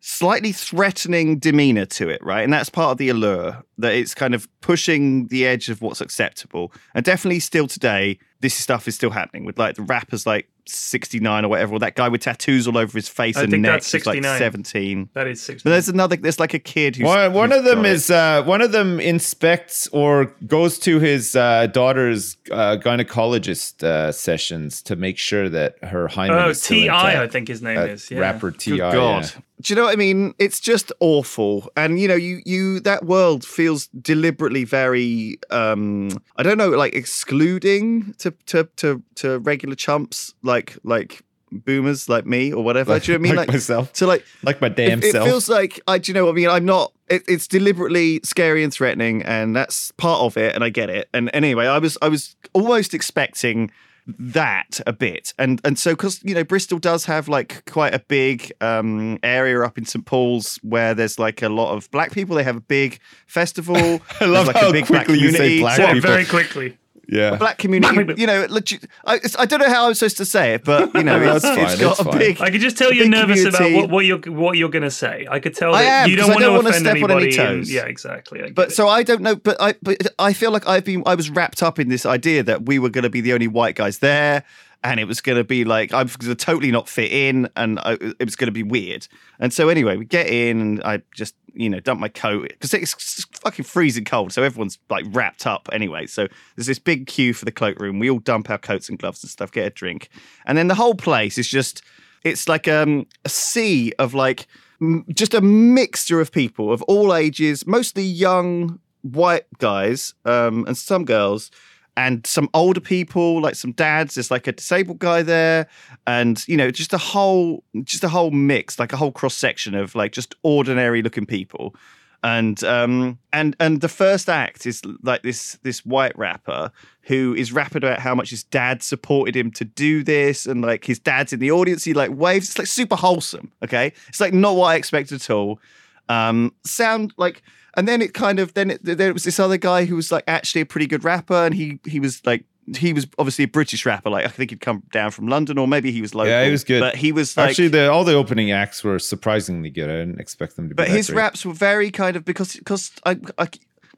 Speaker 2: slightly threatening demeanor to it right and that's part of the allure that it's kind of pushing the edge of what's acceptable and definitely still today this stuff is still happening with like the rappers like 69 or whatever or that guy with tattoos all over his face
Speaker 4: I
Speaker 2: and
Speaker 4: think
Speaker 2: neck
Speaker 4: that's
Speaker 2: who's, like
Speaker 4: 69.
Speaker 2: 17
Speaker 4: That is six.
Speaker 2: But there's another. There's like a kid who's
Speaker 3: one, one
Speaker 2: who's
Speaker 3: of them
Speaker 2: got it.
Speaker 3: is uh, one of them inspects or goes to his uh, daughter's uh, gynecologist uh, sessions to make sure that her hymen.
Speaker 4: Oh,
Speaker 3: is still
Speaker 4: Ti, I
Speaker 3: intact.
Speaker 4: think his name
Speaker 3: Uh,
Speaker 4: is. Yeah.
Speaker 3: Rapper Ti.
Speaker 2: Good God.
Speaker 3: yeah.
Speaker 2: Do you know what I mean? It's just awful, and you know, you you that world feels deliberately very, um I don't know, like excluding to to to to regular chumps, like like boomers like me or whatever. Do you know what I mean?
Speaker 3: Like,
Speaker 2: Like,
Speaker 3: myself,
Speaker 2: to like
Speaker 3: like my damn
Speaker 2: it, it
Speaker 3: self.
Speaker 2: feels like I. Do you know what I mean? I'm not. It, it's deliberately scary and threatening, and that's part of it, and I get it. And anyway, I was I was almost expecting that a bit, and and so because you know Bristol does have like quite a big um area up in St Paul's where there's like a lot of black people. They have a big festival.
Speaker 3: I love
Speaker 2: like a
Speaker 3: how
Speaker 2: big black
Speaker 3: quickly you say
Speaker 2: community.
Speaker 3: black
Speaker 4: What,
Speaker 3: people.
Speaker 4: very quickly.
Speaker 3: yeah.
Speaker 2: Black community, you know, legit. I, it's- I don't know how I'm supposed to say it, but you know,
Speaker 3: No,
Speaker 2: it's,
Speaker 3: that's
Speaker 2: it's
Speaker 3: fine,
Speaker 2: got
Speaker 3: that's
Speaker 2: a
Speaker 3: fine.
Speaker 2: big.
Speaker 4: I could just tell you're
Speaker 2: Big
Speaker 4: nervous
Speaker 2: community.
Speaker 4: about what, what you're what you're gonna say. I could tell
Speaker 2: I
Speaker 4: that
Speaker 2: am,
Speaker 4: you
Speaker 2: 'cause
Speaker 4: don't
Speaker 2: I
Speaker 4: want
Speaker 2: don't
Speaker 4: to
Speaker 2: wanna
Speaker 4: offend
Speaker 2: step on any
Speaker 4: anybody. and-
Speaker 2: toes.
Speaker 4: yeah, exactly. I
Speaker 2: But
Speaker 4: get
Speaker 2: so I don't know, but I but I feel like I've been I was wrapped up in this idea that we were going to be the only white guys there, and it was going to be like I'm going to totally not fit in, and I, it was going to be weird. And so anyway, we get in, and I just you know dump my coat because it's fucking freezing cold, so everyone's like wrapped up anyway. So there's this big queue for the cloakroom. We all dump our coats and gloves and stuff, get a drink, and then the whole place is just it's like um, a sea of like m- just a mixture of people of all ages, mostly young white guys um, and some girls, and some older people, like some dads. There's like a disabled guy there, and you know, just a whole, just a whole mix, like a whole cross section of like just ordinary looking people. And um and and the first act is like this this white rapper who is rapping about how much his dad supported him to do this and like his dad's in the audience he like waves it's like super wholesome okay it's like not what I expected at all Um, sound like, and then it kind of then it, there was this other guy who was like actually a pretty good rapper, and he he was like he was obviously a British rapper. Like I think he'd come down from London, or maybe he was local.
Speaker 3: he was good.
Speaker 2: but he was like,
Speaker 3: Actually, the, all the opening acts were surprisingly good. I didn't expect them to be.
Speaker 2: but
Speaker 3: that
Speaker 2: his
Speaker 3: great.
Speaker 2: raps were very kind of because because I, I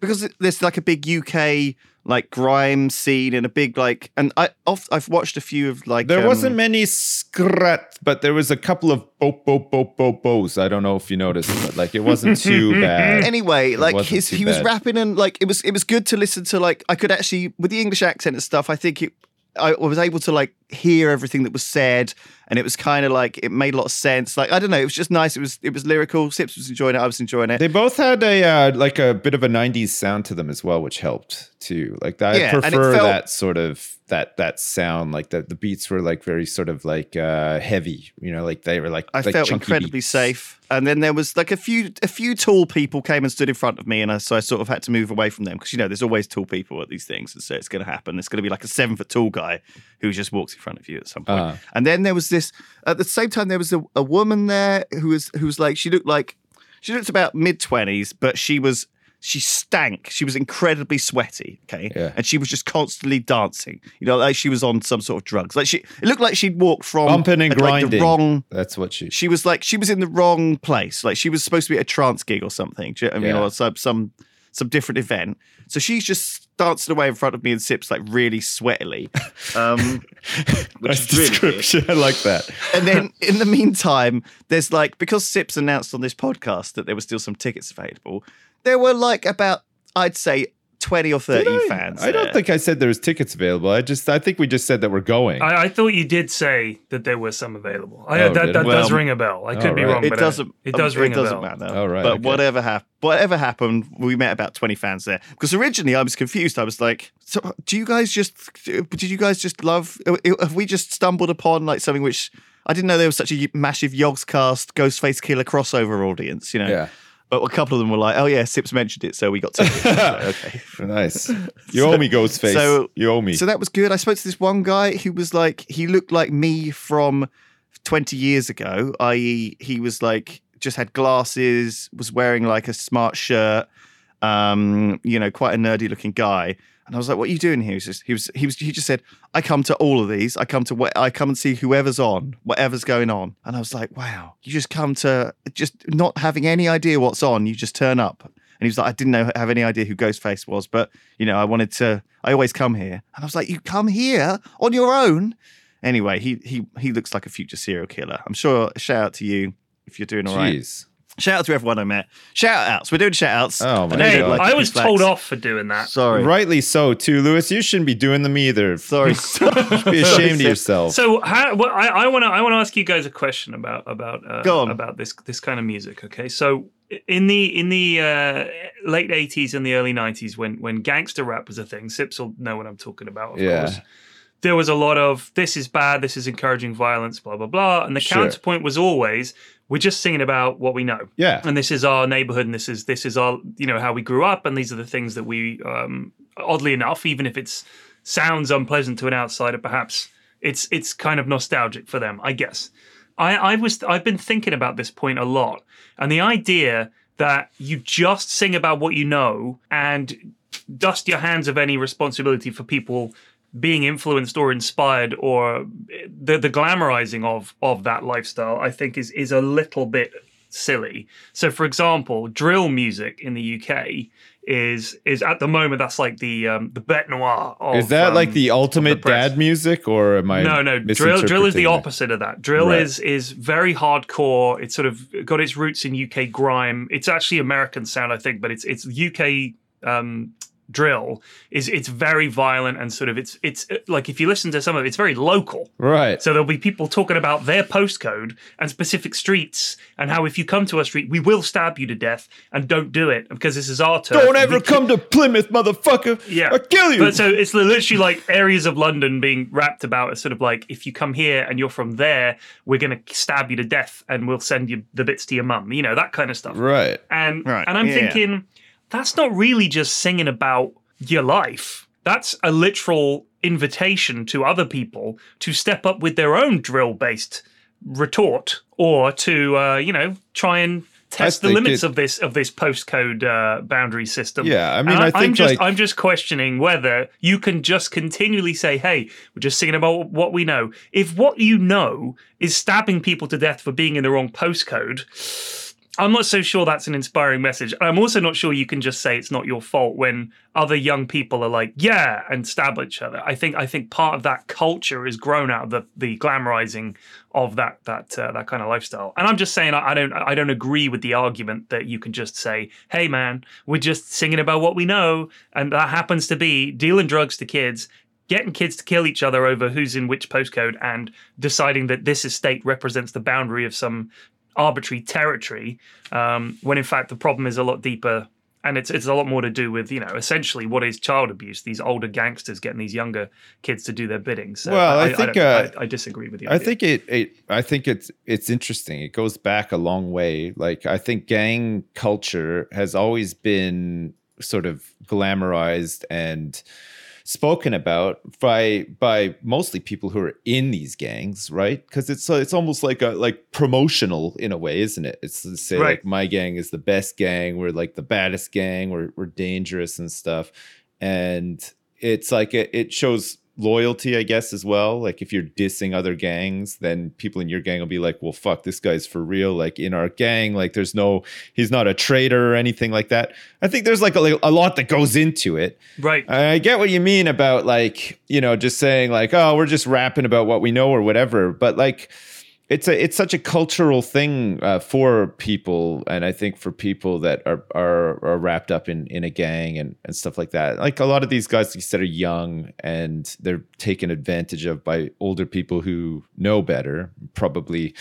Speaker 2: because there's like a big UK like grime scene and a big like and I oft, I've watched a few of like
Speaker 3: There
Speaker 2: um,
Speaker 3: wasn't many scrat, but there was a couple of bo bo bo bo bo's. I don't know if you noticed, but like it wasn't too bad.
Speaker 2: anyway like
Speaker 3: wasn't
Speaker 2: his
Speaker 3: too
Speaker 2: he was
Speaker 3: bad.
Speaker 2: rapping and like it was it was good to listen to like I could actually with the English accent and stuff I think it I was able to like hear everything that was said and it was kind of like it made a lot of sense like I don't know it was just nice it was it was lyrical Sips was enjoying it I was enjoying it
Speaker 3: They both had a uh, like a bit of a '90s sound to them as well, which helped too. Like I
Speaker 2: Yeah, and it
Speaker 3: prefer
Speaker 2: felt-
Speaker 3: that sort of that that sound. Like the, the beats were like very sort of like uh, heavy. You know, like they were like
Speaker 2: I
Speaker 3: like
Speaker 2: felt
Speaker 3: chunky
Speaker 2: incredibly
Speaker 3: beats.
Speaker 2: safe. And then there was like a few a few tall people came and stood in front of me, and I, so I sort of had to move away from them because you know there's always tall people at these things, and so it's going to happen. It's going to be like a seven foot tall guy who just walks in front of you at some point.
Speaker 3: Uh-huh.
Speaker 2: And then there was this at the same time there was a, a woman there who was who was like she looked like she looked about mid twenties, but she was. She stank. She was incredibly sweaty. Okay,
Speaker 3: Yeah.
Speaker 2: and she was just constantly dancing. You know, like she was on some sort of drugs. Like she, it looked like she'd walked from
Speaker 3: Bumping and
Speaker 2: like, the
Speaker 3: grinding.
Speaker 2: wrong
Speaker 3: That's what she.
Speaker 2: she was like she was in the wrong place. Like she was supposed to be at a trance gig or something. Do you know what I mean,
Speaker 3: Yeah.
Speaker 2: or some some some different event. So she's just dancing away in front of me and sips like really sweatily. Um,
Speaker 3: Nice
Speaker 2: is really weird.
Speaker 3: description. I like that.
Speaker 2: and then in the meantime, there's like because Sips announced on this podcast that there were still some tickets available. There were like about I'd say twenty or
Speaker 3: Did
Speaker 2: thirty
Speaker 3: I?
Speaker 2: fans.
Speaker 3: I don't
Speaker 2: there.
Speaker 3: think I said there was tickets available. I just I think we just said that we're going.
Speaker 4: I, I thought you did say that there were some available. I,
Speaker 3: Oh,
Speaker 4: that
Speaker 3: did
Speaker 4: that
Speaker 3: I?
Speaker 4: does
Speaker 2: Well,
Speaker 4: ring a bell. I could
Speaker 3: all
Speaker 4: be
Speaker 3: right.
Speaker 4: wrong.
Speaker 2: It
Speaker 4: but I-
Speaker 2: doesn't.
Speaker 4: it does
Speaker 2: um,
Speaker 4: ring
Speaker 2: It
Speaker 4: a
Speaker 2: doesn't
Speaker 4: bell.
Speaker 2: matter.
Speaker 3: All uh, Oh, right,
Speaker 2: But
Speaker 3: okay.
Speaker 2: whatever happened, whatever happened, we met about twenty fans there. Because originally I was confused. I was like, "So do you guys just? Did you guys just love? uh, Have we just stumbled upon like something which I didn't know there was such a massive Yogscast Ghostface Killer crossover audience? You know.
Speaker 3: yeah.
Speaker 2: But a couple of them were like, "Oh yeah, Sips mentioned it, so we got tickets." I was like, okay.
Speaker 3: Nice. You owe me, Ghostface.
Speaker 2: so-
Speaker 3: you owe me.
Speaker 2: So that was good. I spoke to this one guy who was like, he looked like me from 20 years ago, i.e., he was like, just had glasses, was wearing like a smart shirt, um, you know, quite a nerdy looking guy. And I was like, "What are you doing here?" He was, just, he was, he was, he just said, "I come to all of these. I come to, wh- I come and see whoever's on, whatever's going on." And I was like, "Wow, you just come to, just not having any idea what's on, you just turn up." And he was like, "I didn't know, have any idea who Ghostface was, but you know, I wanted to. I always come here." And I was like, "You come here on your own?" Anyway, he he he looks like a future serial killer. I'm sure. Shout out to you if you're doing all right.
Speaker 3: Jeez.
Speaker 2: Shout out to everyone I met. Shout outs. We're doing shout outs.
Speaker 3: Oh, my
Speaker 2: know
Speaker 4: Hey,
Speaker 2: you don't like
Speaker 4: I
Speaker 2: to
Speaker 4: was
Speaker 2: be flagged.
Speaker 4: told off for doing that.
Speaker 2: Sorry.
Speaker 3: Rightly so, too, Lewis. You shouldn't be doing them either.
Speaker 2: Sorry.
Speaker 3: Be ashamed of
Speaker 2: Sorry.
Speaker 3: yourself.
Speaker 4: So how, well, I, I want to I want to ask you guys a question about about uh,
Speaker 2: Go on.
Speaker 4: about this this kind of music. Okay, so in the in the uh, late eighties and the early nineties, when when gangster rap was a thing, Sips will know what I'm talking about. Of
Speaker 3: Yeah.
Speaker 4: course. There was a lot of this is bad, this is encouraging violence, blah blah blah, and the
Speaker 3: Sure.
Speaker 4: counterpoint was always we're just singing about what we know
Speaker 3: yeah.
Speaker 4: and this is our neighborhood and this is this is our you know how we grew up and these are the things that we um oddly enough even if it's sounds unpleasant to an outsider perhaps it's it's kind of nostalgic for them i guess i i was i've been thinking about this point a lot and the idea that you just sing about what you know and dust your hands of any responsibility for people being influenced or inspired or the the glamorizing of of that lifestyle i think is is a little bit silly so for example drill music in the uk is is at the moment that's like the um the bête noire of,
Speaker 3: Is that like
Speaker 4: um,
Speaker 3: the ultimate
Speaker 4: press.
Speaker 3: dad music, or am I?
Speaker 4: no, no. Drill, drill is
Speaker 3: misinterpreting
Speaker 4: the
Speaker 3: it?
Speaker 4: opposite of that. Drill
Speaker 3: Right.
Speaker 4: is is very hardcore. It's sort of got its roots in UK grime. It's actually American sound, I think, but it's it's UK um, drill. is It's very violent and sort of it's it's uh, like if you listen to some of it, it's very local.
Speaker 3: Right.
Speaker 4: So there'll be people talking about their postcode and specific streets and how if you come to our street, we will stab you to death and don't do it because this is our turf.
Speaker 3: Don't
Speaker 4: and
Speaker 3: ever
Speaker 4: uh, we
Speaker 3: come to Plymouth, motherfucker.
Speaker 4: yeah,
Speaker 3: I'll kill you.
Speaker 4: But so it's literally like areas of London being rapped about as sort of like if you come here and you're from there, we're gonna stab you to death and we'll send you the bits to your mum. You know that kind of stuff.
Speaker 3: right.
Speaker 4: And
Speaker 2: Right,
Speaker 4: and I'm
Speaker 2: yeah.
Speaker 4: thinking that's not really just singing about your life. That's a literal invitation to other people to step up with their own drill based retort or to uh, you know try and test
Speaker 3: I
Speaker 4: the
Speaker 3: think
Speaker 4: limits
Speaker 3: it-
Speaker 4: of this of this postcode uh, boundary system.
Speaker 3: Yeah, I mean,
Speaker 4: And
Speaker 3: I
Speaker 4: I'm
Speaker 3: think
Speaker 4: just
Speaker 3: like
Speaker 4: I'm just questioning whether you can just continually say, "Hey, we're just singing about what we know." If what you know is stabbing people to death for being in the wrong postcode, I'm not so sure that's an inspiring message. And I'm also not sure you can just say it's not your fault when other young people are like, "Yeah," and stab each other. I think I think part of that culture has grown out of the the glamorizing of that that uh, that kind of lifestyle. And I'm just saying I, I don't I don't agree with the argument that you can just say, "Hey man, we're just singing about what we know," and that happens to be dealing drugs to kids, getting kids to kill each other over who's in which postcode, and deciding that this estate represents the boundary of some arbitrary territory. Um, when in fact the problem is a lot deeper. And it's, it's a lot more to do with you know essentially what is child abuse? These older gangsters getting these younger kids to do their bidding. So
Speaker 3: Well, I think,
Speaker 4: don't-
Speaker 3: uh,
Speaker 4: I, I disagree with you.
Speaker 3: I think it, it I think it's it's interesting. It goes back a long way. Like I think gang culture has always been sort of glamorized and spoken about by by mostly people who are in these gangs, right? Because it's it's almost like a like promotional in a way, isn't it? It's to say
Speaker 4: Right.
Speaker 3: like my gang is the best gang, we're like the baddest gang, we're we're dangerous and stuff. And it's like it, it shows loyalty, I guess, as well. Like if you're dissing other gangs, then people in your gang will be like, well, fuck, this guy's for real. Like in our gang, like there's no, he's not a traitor or anything like that. I think there's like a, like, a lot that goes into it.
Speaker 4: right.
Speaker 3: I get what you mean about like, you know, just saying like, oh, we're just rapping about what we know or whatever. But like, it's a it's such a cultural thing uh, for people, and I think for people that are are, are wrapped up in, in a gang and, and stuff like that. Like a lot of these guys, like you said, are young and they're taken advantage of by older people who know better, probably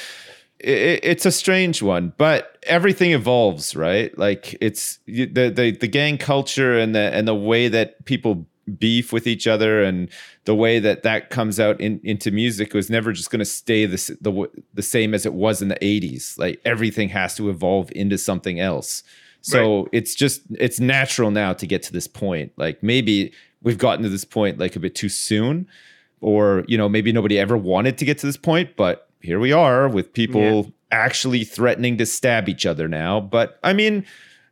Speaker 3: it, it's a strange one, but everything evolves, right? Like it's you- the, the the gang culture and the and the way that people beef with each other and the way that that comes out in, into music was never just going to stay this the w- the same as it was in the 80s like everything has to evolve into something else so it's just it's natural now to get to this point like maybe we've gotten to this point like a bit too soon or you know maybe nobody ever wanted to get to this point but here we are with people actually threatening to stab each other now but i mean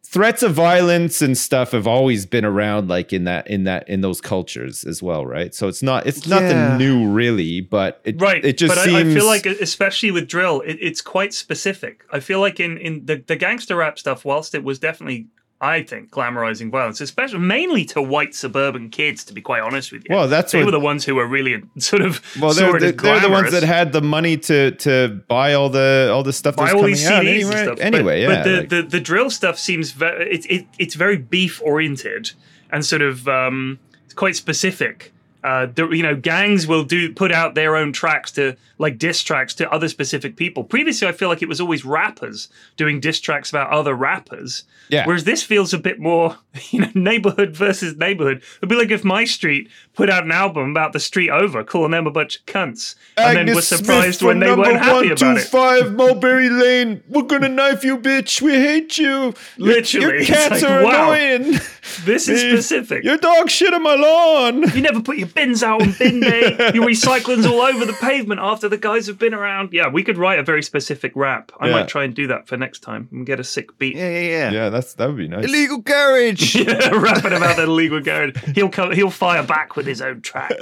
Speaker 3: threats of violence and stuff have always been around like in that in that in those cultures as well right so it's not it's nothing
Speaker 2: Yeah.
Speaker 3: new really but it,
Speaker 4: right
Speaker 3: it just
Speaker 4: but
Speaker 3: seems
Speaker 4: I, I feel like especially with drill it, it's quite specific i feel like in in the, the gangster rap stuff whilst it was definitely i think glamorizing violence especially mainly to white suburban kids to be quite honest with you
Speaker 3: well that's
Speaker 4: they
Speaker 3: what
Speaker 4: were the ones who were really sort of
Speaker 3: well they're,
Speaker 4: saw it
Speaker 3: they're,
Speaker 4: as
Speaker 3: they're the ones
Speaker 4: glamorous.
Speaker 3: that had the money to to buy all the all the stuff
Speaker 4: Buy
Speaker 3: that's
Speaker 4: all
Speaker 3: coming
Speaker 4: these
Speaker 3: out anyway,
Speaker 4: CDs E and stuff. But-
Speaker 3: anyway
Speaker 4: but,
Speaker 3: yeah
Speaker 4: the,
Speaker 3: like-
Speaker 4: the the drill stuff seems very it, it, it's very beef oriented and sort of um, it's quite specific. Uh, the, you know, gangs will do put out their own tracks to like diss tracks to other specific people. Previously, I feel like it was always rappers doing diss tracks about other rappers.
Speaker 3: yeah
Speaker 4: Whereas this feels a bit more, you know, neighborhood versus neighborhood. It'd be like if my street put out an album about the street over, calling them a bunch of cunts, and then were
Speaker 3: Agnes
Speaker 4: surprised
Speaker 3: Smith
Speaker 4: when
Speaker 3: for
Speaker 4: they
Speaker 3: number
Speaker 4: weren't happy about it.
Speaker 3: 125 Mulberry Lane. We're gonna knife you, bitch. We hate you. Your-
Speaker 4: Literally.
Speaker 3: your
Speaker 4: It's
Speaker 3: cats
Speaker 4: like,
Speaker 3: are
Speaker 4: wow.
Speaker 3: annoying.
Speaker 4: This is specific.
Speaker 3: Your dog shit on my lawn.
Speaker 4: You never put your bins out on bin day. Your recycling's all over the pavement after the guys have been around. Yeah, we could write a very specific rap. I
Speaker 3: Yeah.
Speaker 4: might try and do that for next time and get a sick beat.
Speaker 2: Yeah, yeah, yeah.
Speaker 3: Yeah, that's that would be nice.
Speaker 2: Illegal carriage. yeah,
Speaker 4: Rapping about that illegal going, he'll come, he'll fire back with his own track.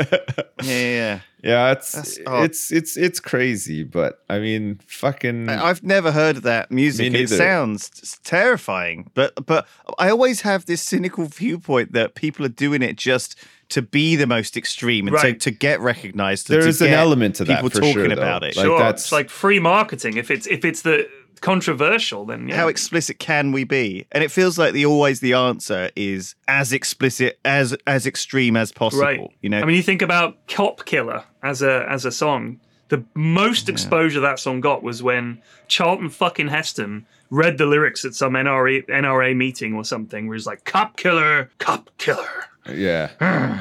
Speaker 2: yeah, yeah.
Speaker 3: Yeah, it's
Speaker 2: That's odd.
Speaker 3: it's it's it's crazy, but I mean, fucking.
Speaker 2: I- I've never heard that music.
Speaker 3: Me
Speaker 2: It
Speaker 3: neither.
Speaker 2: sounds s- terrifying, but but I always have this cynical viewpoint that people are doing it just to be the most extreme and
Speaker 4: Right.
Speaker 2: to, to get recognized. and
Speaker 3: there
Speaker 2: to
Speaker 3: is an
Speaker 2: get
Speaker 3: element to that
Speaker 2: people
Speaker 3: for
Speaker 2: talking
Speaker 3: sure, though.
Speaker 2: about it.
Speaker 3: Like
Speaker 4: sure,
Speaker 3: that's
Speaker 4: it's like free marketing. If it's if it's the controversial, then yeah.
Speaker 2: How explicit can we be? And it feels like the always the answer is as explicit as as extreme as possible.
Speaker 4: right?
Speaker 2: You know,
Speaker 4: I mean, you think about "Cop Killer" as a as a song. The most exposure that song got was when Charlton fucking Heston read the lyrics at some NRA NRA meeting or something, where he's like "Cop Killer, Cop Killer."
Speaker 3: yeah.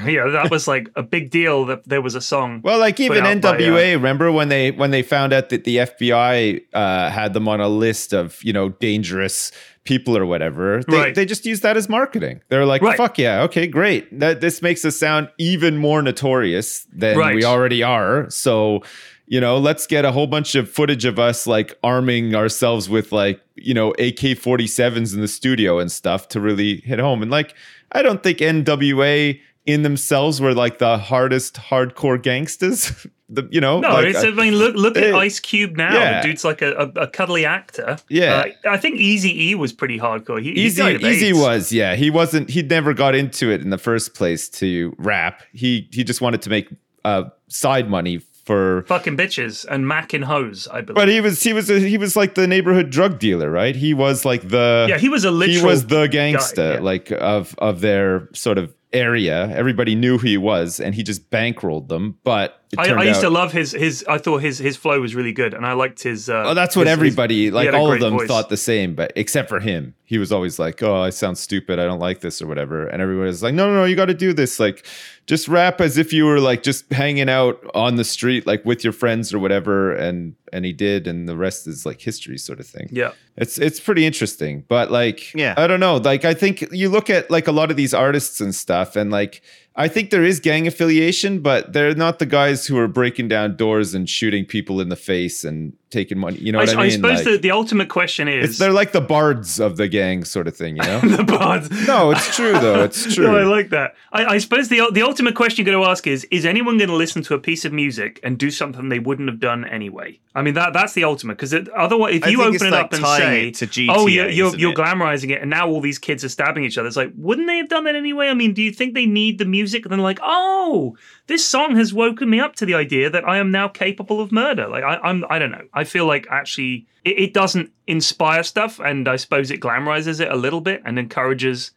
Speaker 4: Yeah, that was like a big deal that there was a song.
Speaker 3: Well, like even
Speaker 4: out by, uh,
Speaker 3: NWA, remember when they when they found out that the FBI uh, had them on a list of you know dangerous people or whatever? They,
Speaker 4: Right.
Speaker 3: they just used that as marketing. They're like,
Speaker 4: Right.
Speaker 3: "Fuck yeah, okay, great." That this makes us sound even more notorious than
Speaker 4: Right.
Speaker 3: we already are. So, you know, let's get a whole bunch of footage of us like arming ourselves with like you know AK47s in the studio and stuff to really hit home. And like I don't think NWA in themselves were like the hardest hardcore gangsters. the, you know,
Speaker 4: No,
Speaker 3: like,
Speaker 4: it's.
Speaker 3: uh,
Speaker 4: I mean, look look
Speaker 3: it-
Speaker 4: at Ice Cube now.
Speaker 3: yeah.
Speaker 4: The dude's like a, a, a cuddly actor.
Speaker 3: Yeah.
Speaker 4: Uh, I think Easy E was pretty hardcore. He, he
Speaker 3: Easy,
Speaker 4: died of
Speaker 3: Easy
Speaker 4: AIDS.
Speaker 3: was yeah. He wasn't. He never got into it in the first place to rap. He he just wanted to make uh, side money for.
Speaker 4: fucking bitches and Mac in hose. I believe.
Speaker 3: But he was he was he was like the neighborhood drug dealer, right? He was like the
Speaker 4: yeah, he was a literal.
Speaker 3: he was the gangsta
Speaker 4: guy, yeah.
Speaker 3: like of of their sort of area. Everybody knew who he was, and he just bankrolled them. But it
Speaker 4: I,
Speaker 3: turned
Speaker 4: I used
Speaker 3: out,
Speaker 4: to love his his. I thought his his flow was really good, and I liked his. Uh,
Speaker 3: Oh, that's what
Speaker 4: his- his-
Speaker 3: everybody,
Speaker 4: he
Speaker 3: like
Speaker 4: had a
Speaker 3: all of
Speaker 4: great
Speaker 3: them,
Speaker 4: voice.
Speaker 3: thought the same, but except for him, he was always like, "Oh, I sound stupid. I don't like this or whatever." And everybody was like, "No, no, no, you got to do this. Like, just rap as if you were like just hanging out on the street, like with your friends or whatever." And and he did, and the rest is like history, sort of thing.
Speaker 4: Yeah,
Speaker 3: It's it's pretty interesting, but like
Speaker 2: Yeah.
Speaker 3: I don't know. Like I think you look at like a lot of these artists and stuff, and like I think there is gang affiliation, but they're not the guys who are breaking down doors and shooting people in the face and taking money. You know
Speaker 4: I,
Speaker 3: what I,
Speaker 4: s-
Speaker 3: mean?
Speaker 4: I suppose
Speaker 3: Like,
Speaker 4: the, the ultimate question
Speaker 3: it's,
Speaker 4: is
Speaker 3: they're like the bards of the gang, sort of thing. You know?
Speaker 4: the bards.
Speaker 3: no, it's true though. It's true.
Speaker 4: No, I like that. I, I suppose the the ultimate question you're going to ask is: Is anyone going to listen to a piece of music and do something they wouldn't have done anyway? I mean, that that's the ultimate because otherwise, if
Speaker 2: I
Speaker 4: you
Speaker 2: think
Speaker 4: open
Speaker 2: it's
Speaker 4: it
Speaker 2: like
Speaker 4: up and
Speaker 2: tying
Speaker 4: say,
Speaker 2: it to GTA,
Speaker 4: "Oh, you're you're,
Speaker 2: isn't
Speaker 4: you're
Speaker 2: it?
Speaker 4: glamorizing it," and now all these kids are stabbing each other, it's like, wouldn't they have done that anyway? I mean, do you think they need the music? And they're like, "Oh, this song has woken me up to the idea that I am now capable of murder." Like, I, I'm I don't know. I feel like actually it, it doesn't inspire stuff, and I suppose it glamorizes it a little bit and encourages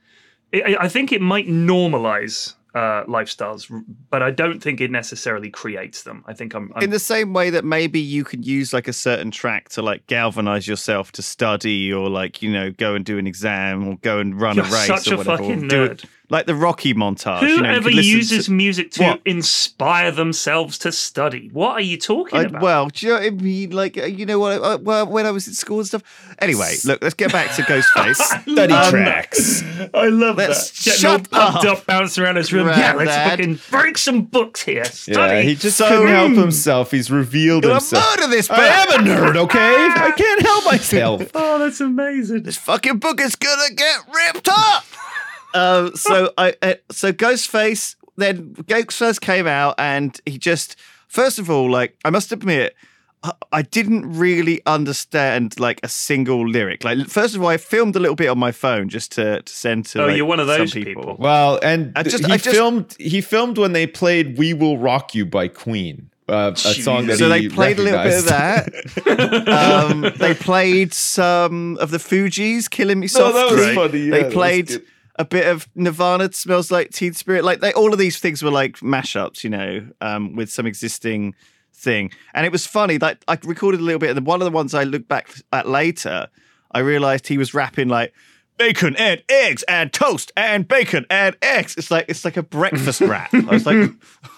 Speaker 4: I I think it might normalize uh, lifestyles, but I don't think it necessarily creates them. I think I'm. I'm
Speaker 2: in the same way that maybe you could use like a certain track to like galvanize yourself to study or like you know go and do an exam or go and run
Speaker 4: you're
Speaker 2: a race
Speaker 4: such
Speaker 2: or
Speaker 4: a
Speaker 2: whatever
Speaker 4: fucking
Speaker 2: or do it-
Speaker 4: nerd.
Speaker 2: like the rocky montage Ah, you know, you
Speaker 4: Whoever
Speaker 2: could listen
Speaker 4: uses
Speaker 2: to,
Speaker 4: music to
Speaker 2: What?
Speaker 4: inspire themselves to study, what are you talking
Speaker 2: I,
Speaker 4: about?
Speaker 2: well do you know what i mean like uh, you know what I, uh, well, when i was at school and stuff anyway look let's get back to ghostface
Speaker 3: Study
Speaker 2: Um,
Speaker 3: tracks.
Speaker 4: I love
Speaker 2: let's
Speaker 4: that. Getting
Speaker 2: shut
Speaker 4: all pumped
Speaker 2: up,
Speaker 4: up, bouncing around his room. Yeah, let's
Speaker 2: Grandad.
Speaker 4: fucking break some books here. Study.
Speaker 3: Yeah, he just
Speaker 2: So-
Speaker 3: couldn't help himself. He's revealed
Speaker 2: you'll
Speaker 3: himself.
Speaker 2: murder this
Speaker 3: I
Speaker 2: man.
Speaker 3: am a nerd, okay? I can't help myself.
Speaker 4: oh, that's amazing.
Speaker 2: this fucking book is gonna get ripped up. um, so I, uh, so Ghostface then Ghostface came out and he just first of all, like I must admit, I, I didn't really understand like a single lyric. Like first of all, I filmed a little bit on my phone just to, to send to.
Speaker 4: Oh,
Speaker 2: like,
Speaker 4: you're one of
Speaker 2: some
Speaker 4: those people.
Speaker 3: Well, and
Speaker 2: I just-
Speaker 3: he
Speaker 2: I just-
Speaker 3: filmed he filmed when they played "We Will Rock You" by Queen, uh, a song that
Speaker 2: So
Speaker 3: he
Speaker 2: they played a little bit of
Speaker 3: recognized.
Speaker 2: that. um, they played some of the Fugees, "Killing Me
Speaker 3: No,
Speaker 2: Softly."
Speaker 3: that was funny, yeah, that
Speaker 2: they
Speaker 3: was
Speaker 2: played
Speaker 3: good.
Speaker 2: a bit of Nirvana, It "Smells Like Teen Spirit." Like they, all of these things were like mashups, you know, um, with some existing thing. And it was funny. Like I recorded a little bit, and one of the ones I looked back at later, I realized he was rapping like. Bacon and eggs and toast and bacon and eggs. It's like it's like a breakfast rap. I was like,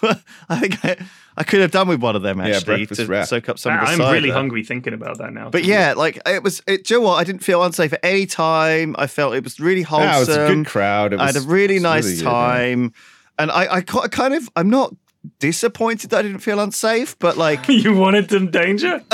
Speaker 2: I think I, I could have done with one of them
Speaker 3: Yeah,
Speaker 2: actually
Speaker 3: breakfast
Speaker 2: to
Speaker 3: rap.
Speaker 2: soak up some.
Speaker 4: Man,
Speaker 2: of the
Speaker 4: Ah, I'm
Speaker 2: cider.
Speaker 4: really hungry thinking about that now.
Speaker 2: But yeah, like it was. It, do you know what? I didn't feel unsafe at any time. I felt it was really wholesome.
Speaker 3: Yeah, it was a good crowd. It
Speaker 2: I
Speaker 3: was,
Speaker 2: had a really
Speaker 3: it was
Speaker 2: nice
Speaker 3: good, man.
Speaker 2: time, and I, I ca- kind of, I'm not disappointed that I didn't feel unsafe, but like,
Speaker 4: you wanted some danger?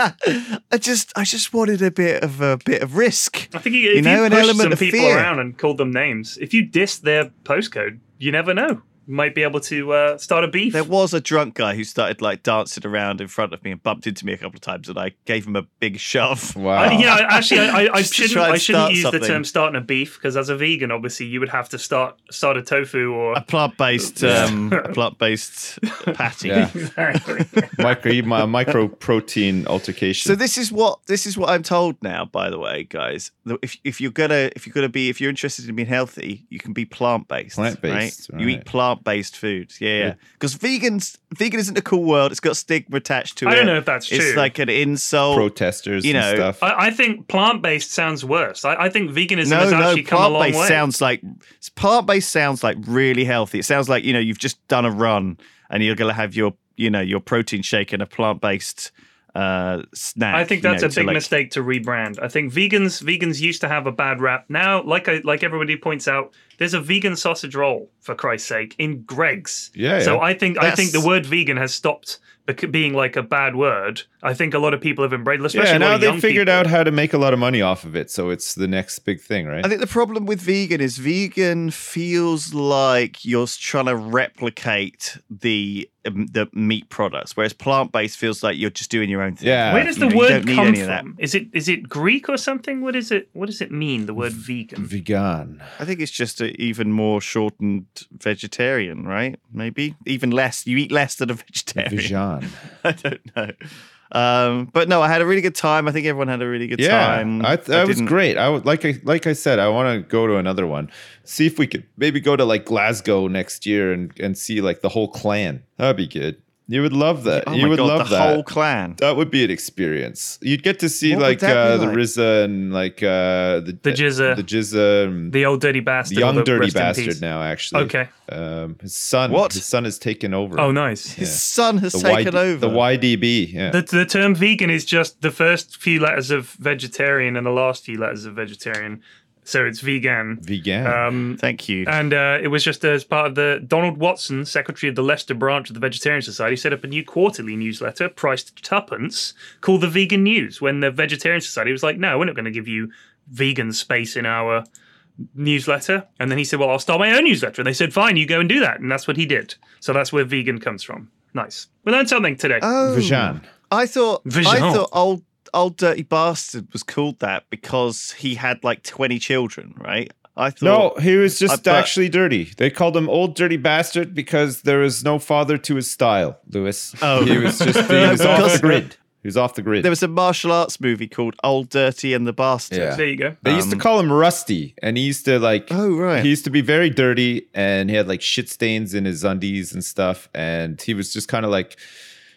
Speaker 2: I just, I just wanted a bit of a bit of risk.
Speaker 4: I think you, if you,
Speaker 2: know, an
Speaker 4: pushed
Speaker 2: element
Speaker 4: some
Speaker 2: of
Speaker 4: people
Speaker 2: fear.
Speaker 4: around and called them names, if you dissed their postcode, you never know. You might be able to uh, start a beef.
Speaker 2: There was a drunk guy who started like dancing around in front of me and bumped into me a couple of times, and I gave him a big shove.
Speaker 3: Wow.
Speaker 4: I, yeah, I- actually, I, I, I
Speaker 2: Ah. Just to
Speaker 4: shouldn't.
Speaker 2: try and
Speaker 4: I shouldn't
Speaker 2: start
Speaker 4: use the
Speaker 2: something.
Speaker 4: term "starting a beef" because as a vegan, obviously, you would have to start start a tofu or
Speaker 2: A plant based, um, a plant based patty.
Speaker 3: Yeah.
Speaker 4: exactly.
Speaker 3: micro my micro protein altercation.
Speaker 2: So this is what this is what I'm told now. By the way, guys, The- if if you're gonna if you're gonna be if you're interested in being healthy, you can be plant based.
Speaker 3: Plant-based,
Speaker 2: You
Speaker 3: right.
Speaker 2: eat plant based food. Yeah, yeah.
Speaker 3: Yeah.
Speaker 2: Because vegans vegan isn't a cool word. It's got stigma attached to it.
Speaker 4: I don't know if that's
Speaker 2: It's
Speaker 4: true.
Speaker 2: like an insult.
Speaker 3: protesters,
Speaker 2: you know,
Speaker 3: and stuff.
Speaker 4: I, I think plant based sounds worse. I, I think veganism
Speaker 2: no,
Speaker 4: has
Speaker 2: no,
Speaker 4: actually come a long
Speaker 2: plant-based
Speaker 4: way.
Speaker 2: sounds like plant-based sounds like really healthy. It sounds like you know you've just done a run and you're gonna have your you know your protein shake and a plant-based uh, snack.
Speaker 4: I think
Speaker 2: you
Speaker 4: that's
Speaker 2: know,
Speaker 4: a
Speaker 2: to,
Speaker 4: big
Speaker 2: like,
Speaker 4: mistake to rebrand. I think vegans vegans used to have a bad rap. Now, like I like everybody points out, there's a vegan sausage roll for Christ's sake in Greg's.
Speaker 3: Yeah,
Speaker 4: So
Speaker 3: yeah.
Speaker 4: I think I think the
Speaker 2: That's-
Speaker 4: word vegan has stopped bec- being like a bad word. I think a lot of people have embraced, especially
Speaker 3: Yeah,
Speaker 4: a lot
Speaker 3: now
Speaker 4: of
Speaker 3: they
Speaker 4: young
Speaker 3: figured
Speaker 4: people.
Speaker 3: out how to make a lot of money off of it, so it's the next big thing, right?
Speaker 2: I think the problem with vegan is vegan feels like you're s- trying to replicate the um, the meat products, whereas plant based feels like you're just doing your own thing.
Speaker 3: Yeah.
Speaker 4: Where does
Speaker 2: You
Speaker 4: the
Speaker 2: know, you
Speaker 4: word
Speaker 2: don't need
Speaker 4: come
Speaker 2: any of that.
Speaker 4: from? Is it is it Greek or something? What is it? What does it mean? The word vegan.
Speaker 3: Vegan.
Speaker 2: I think it's just a even more shortened vegetarian, right? Maybe even less. You eat less than a vegetarian.
Speaker 3: Vegan.
Speaker 2: I don't know. Um, but no, I had a really good time. I think everyone had a really good
Speaker 3: yeah,
Speaker 2: time.
Speaker 3: I, th- I was
Speaker 2: didn't-
Speaker 3: great. I would like I like I said, I want to go to another one. See if we could maybe go to like Glasgow next year and and see like the whole clan. That'd be good. You would love that.
Speaker 2: Oh
Speaker 3: you
Speaker 2: my
Speaker 3: would
Speaker 2: God,
Speaker 3: love
Speaker 2: the
Speaker 3: that.
Speaker 2: whole clan.
Speaker 3: that would be an experience. You'd get to see
Speaker 2: What would
Speaker 3: like,
Speaker 2: that be
Speaker 3: uh, the
Speaker 2: like?
Speaker 3: RZA and like uh, the
Speaker 4: The Jizza.
Speaker 3: the Jizza, and
Speaker 4: The old dirty
Speaker 3: the
Speaker 4: bastard.
Speaker 3: young
Speaker 4: although
Speaker 3: dirty
Speaker 4: rest in
Speaker 3: bastard
Speaker 4: peace.
Speaker 3: now. Actually,
Speaker 4: Okay.
Speaker 3: Um, his son.
Speaker 2: What?
Speaker 3: His son has taken over.
Speaker 4: Oh, nice.
Speaker 2: His son has
Speaker 3: The
Speaker 2: taken
Speaker 3: YD
Speaker 2: over.
Speaker 3: The YDB. Yeah.
Speaker 4: The, the term vegan is just the first few letters of vegetarian and the last few letters of vegetarian. So it's vegan.
Speaker 3: vegan.
Speaker 4: Um,
Speaker 2: Thank you.
Speaker 4: and uh, it was just as part of the Donald Watson, secretary of the Leicester branch of the Vegetarian Society, set up a new quarterly newsletter priced tuppence called the Vegan News. When the Vegetarian Society was like, no, we're not going to give you vegan space in our newsletter. And then he said, well, I'll start my own newsletter. And they said, fine, you go and do that. And that's what he did. So that's where vegan comes from. Nice. We learned something today.
Speaker 2: oh,
Speaker 3: Vegan.
Speaker 2: I thought I
Speaker 4: Vision.
Speaker 2: thought old old dirty bastard was called that because he had like twenty children, right? I
Speaker 3: No,
Speaker 2: thought
Speaker 3: he was
Speaker 2: Oh. I
Speaker 3: just
Speaker 2: bet-
Speaker 3: actually dirty. They called him old dirty bastard because there is no father to his style, Lewis.
Speaker 2: Oh.
Speaker 3: he was just he was off
Speaker 2: Because-
Speaker 3: the grid. He was off the grid.
Speaker 2: there was a martial arts movie called Old Dirty and the Bastard.
Speaker 3: Yeah.
Speaker 4: there you go.
Speaker 3: they used to
Speaker 2: um,
Speaker 3: call him Rusty, and he used to like.
Speaker 2: Oh right.
Speaker 3: He used to be very dirty, and he had like shit stains in his undies and stuff. And he was just kind of like,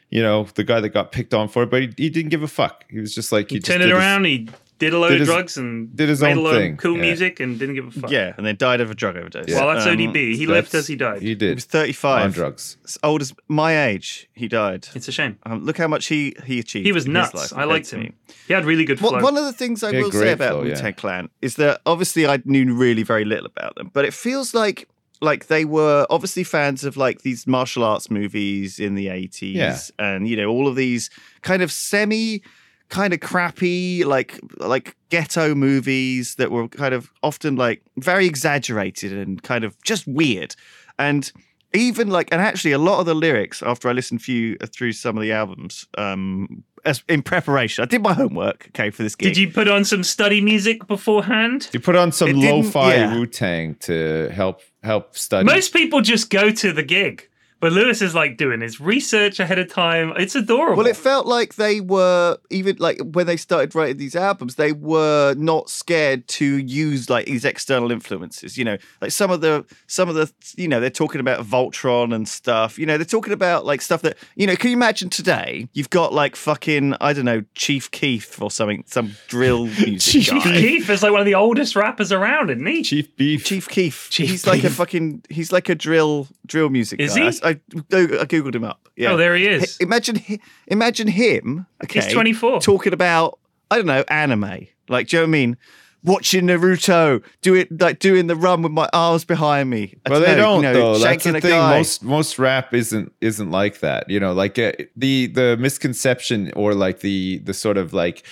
Speaker 3: you know, the guy that got picked on for it, but he, he didn't give a fuck. He was just like
Speaker 4: He
Speaker 3: just
Speaker 4: turned it
Speaker 3: did his-
Speaker 4: around. he did a load
Speaker 3: did
Speaker 4: of
Speaker 3: his-
Speaker 4: drugs and
Speaker 3: did his
Speaker 4: made
Speaker 3: own
Speaker 4: a load
Speaker 3: thing,
Speaker 4: of cool
Speaker 3: yeah.
Speaker 4: music and didn't give a fuck.
Speaker 2: yeah, and then died of a drug overdose.
Speaker 4: Well, that's
Speaker 2: Um,
Speaker 4: ODB. He
Speaker 3: That's-
Speaker 4: lived as he died.
Speaker 3: He
Speaker 2: He
Speaker 3: did
Speaker 2: was
Speaker 3: on
Speaker 2: thirty-five.
Speaker 3: drugs.
Speaker 2: As old as my age, he died.
Speaker 4: It's a shame.
Speaker 2: Um, look how much he he achieved.
Speaker 4: He was
Speaker 2: in his
Speaker 4: nuts.
Speaker 2: life
Speaker 4: I
Speaker 2: compared
Speaker 4: liked
Speaker 2: to me.
Speaker 4: him. He had really good flow.
Speaker 2: Well, one of the things I
Speaker 3: Yeah,
Speaker 2: will say
Speaker 3: great
Speaker 2: about
Speaker 3: flow,
Speaker 2: Wu
Speaker 3: yeah.
Speaker 2: Tang Clan is that obviously I knew really very little about them, but it feels like like they were obviously fans of like these martial arts movies in the 80s
Speaker 3: Yeah.
Speaker 2: and you know all of these kind of semi kind of crappy like like ghetto movies that were kind of often like very exaggerated and kind of just weird and even like and actually a lot of the lyrics after i listened few through some of the albums um as in preparation i did my homework okay for this gig
Speaker 4: Did you put on some study music beforehand?
Speaker 3: He put on
Speaker 2: It
Speaker 3: some
Speaker 2: didn't-
Speaker 3: lo-fi
Speaker 2: yeah.
Speaker 3: Wu Tang to help help study.
Speaker 4: Most people just go to the gig, but Lewis is like doing his research ahead of time. It's adorable.
Speaker 2: Well, it felt like they were even like when they started writing these albums, they were not scared to use like these external influences. You know, like some of the some of the you know they're talking about Voltron and stuff. You know, they're talking about like stuff that you know. Can you imagine today? You've got like fucking I don't know Chief Keef or something, some drill music
Speaker 3: Chief
Speaker 2: guy.
Speaker 3: Keef.
Speaker 4: Keith is like one of the oldest rappers around, isn't he?
Speaker 3: Chief Beef.
Speaker 2: Chief Keef.
Speaker 4: Chief
Speaker 2: he's like a
Speaker 4: Keef.
Speaker 2: fucking. He's like a drill drill music
Speaker 4: Is
Speaker 2: guy.
Speaker 4: he?
Speaker 2: I, I, I googled him up. Yeah.
Speaker 4: Oh, there he is.
Speaker 2: H- imagine hi- imagine him okay
Speaker 4: He's 24.
Speaker 2: talking about i don't know anime like do you know what i mean watching naruto do it like doing the run with my arms behind me I
Speaker 3: Well, they
Speaker 2: know,
Speaker 3: don't
Speaker 2: you know,
Speaker 3: though. That's
Speaker 2: shanking
Speaker 3: the
Speaker 2: a
Speaker 3: thing.
Speaker 2: guy.
Speaker 3: Most most rap isn't isn't like that. You know, like uh, the the misconception or like the the sort of like.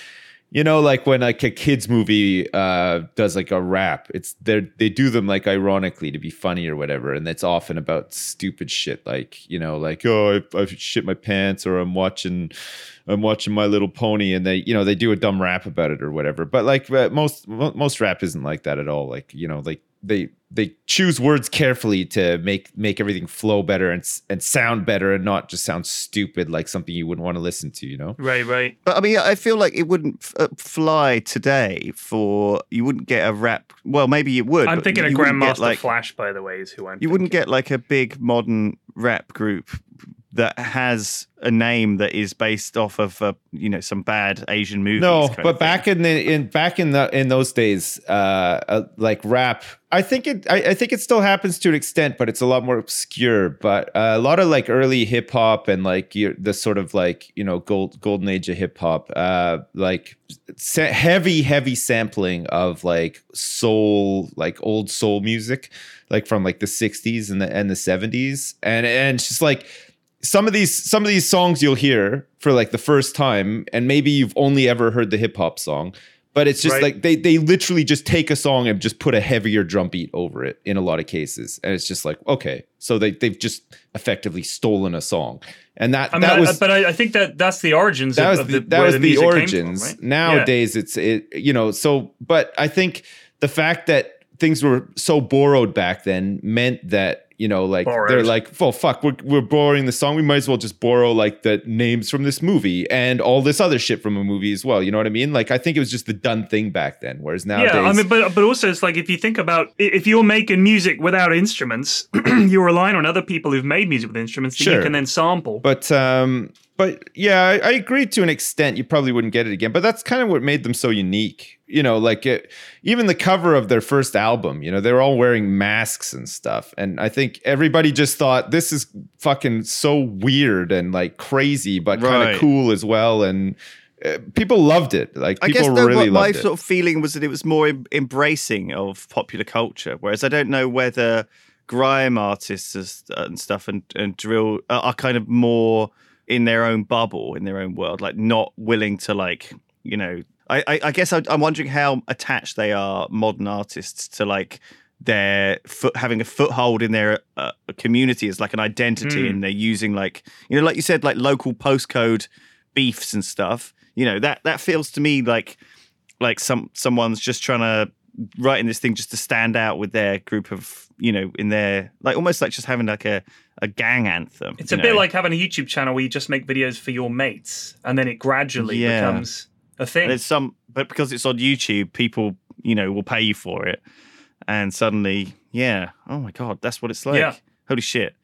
Speaker 3: You know, like when like a kids movie uh, does like a rap, it's they they do them like ironically to be funny or whatever, and it's often about stupid shit like you know like oh I, I shit my pants or I'm watching I'm watching My Little Pony, and they, you know, they do a dumb rap about it or whatever. But like uh, most mo- most rap isn't like that at all. Like you know, like they they choose words carefully to make make everything flow better and s- and sound better, and not just sound stupid like something you wouldn't want to listen to. You know,
Speaker 4: Right, right.
Speaker 2: but i mean i feel like it wouldn't f- uh, fly today for you wouldn't get a rap well maybe it would
Speaker 4: I'm
Speaker 2: but
Speaker 4: thinking
Speaker 2: you
Speaker 4: of
Speaker 2: wouldn't get,
Speaker 4: Grandmaster
Speaker 2: like,
Speaker 4: Flash, by the way, is who I'm.
Speaker 2: you wouldn't
Speaker 4: thinking.
Speaker 2: get like a big modern rap group that has a name that is based off of uh, you know some bad asian movies
Speaker 3: no.
Speaker 2: kind of
Speaker 3: But
Speaker 2: thing.
Speaker 3: back in the in back in the in those days, uh, uh like rap, I think it I, I think it still happens to an extent, but it's a lot more obscure. But uh, a lot of like early hip hop and like your, the sort of like you know gold golden age of hip hop, uh, like sa- heavy heavy sampling of like soul like old soul music like from like the 60s and the and the 70s and and it's just like some of these some of these songs you'll hear for like the first time and maybe you've only ever heard the hip hop song but it's just
Speaker 4: Right.
Speaker 3: like they they literally just take a song and just put a heavier drum beat over it in a lot of cases and it's just like okay so they they've just effectively stolen a song and that
Speaker 4: I mean,
Speaker 3: that
Speaker 4: I-
Speaker 3: was
Speaker 4: but I, I think that that's the origins
Speaker 3: that
Speaker 4: of,
Speaker 3: was
Speaker 4: of
Speaker 3: the,
Speaker 4: the,
Speaker 3: that
Speaker 4: where
Speaker 3: was
Speaker 4: the,
Speaker 3: the
Speaker 4: music came from,
Speaker 3: origins.
Speaker 4: right?
Speaker 3: Nowadays, it's it you know so. But I think the fact that things were so borrowed back then meant that you know like they're
Speaker 4: Borrowed.
Speaker 3: like, well, fuck, we're we're borrowing the song. We might as well just borrow like the names from this movie and all this other shit from a movie as well. You know what I mean? Like I think it was just the done thing back then. Whereas nowadays,
Speaker 4: Yeah, I mean, but but also it's like if you think about i- if you're making music without instruments, you're relying on other people who've made music with instruments that
Speaker 3: Sure.
Speaker 4: you can then sample.
Speaker 3: But um, but yeah, I, I agree to an extent. You probably wouldn't get it again, but that's kind of what made them so unique. You know, like it, even the cover of their first album. You know, they were all wearing masks and stuff, and I think everybody just thought this is fucking so weird and like crazy, but kind
Speaker 2: Right.
Speaker 3: of cool as well. And uh, people loved it. Like
Speaker 2: I
Speaker 3: people
Speaker 2: guess though,
Speaker 3: really
Speaker 2: what my
Speaker 3: loved it.
Speaker 2: sort of feeling was that it was more em- embracing of popular culture, whereas I don't know whether grime artists as- and stuff and, and drill uh, are are kind of more in their own bubble, in their own world, like not willing to like you know. I, I, I guess I, I'm wondering how attached they are modern artists to like their foot having a foothold in their uh, community as like an identity,
Speaker 4: Hmm.
Speaker 2: and they're using like you know, like you said, like local postcode beefs and stuff. You know that that feels to me like like some someone's just trying to writing this thing just to stand out with their group of you know in their like almost like just having like a a gang anthem.
Speaker 4: It's a
Speaker 2: you
Speaker 4: bit
Speaker 2: know?
Speaker 4: like having a YouTube channel where you just make videos for your mates, and then it gradually
Speaker 2: Yeah.
Speaker 4: becomes a thing.
Speaker 2: And it's some, but because it's on YouTube, people you know will pay you for it, and suddenly yeah, oh my god, that's what it's like.
Speaker 4: Yeah.
Speaker 2: Holy shit.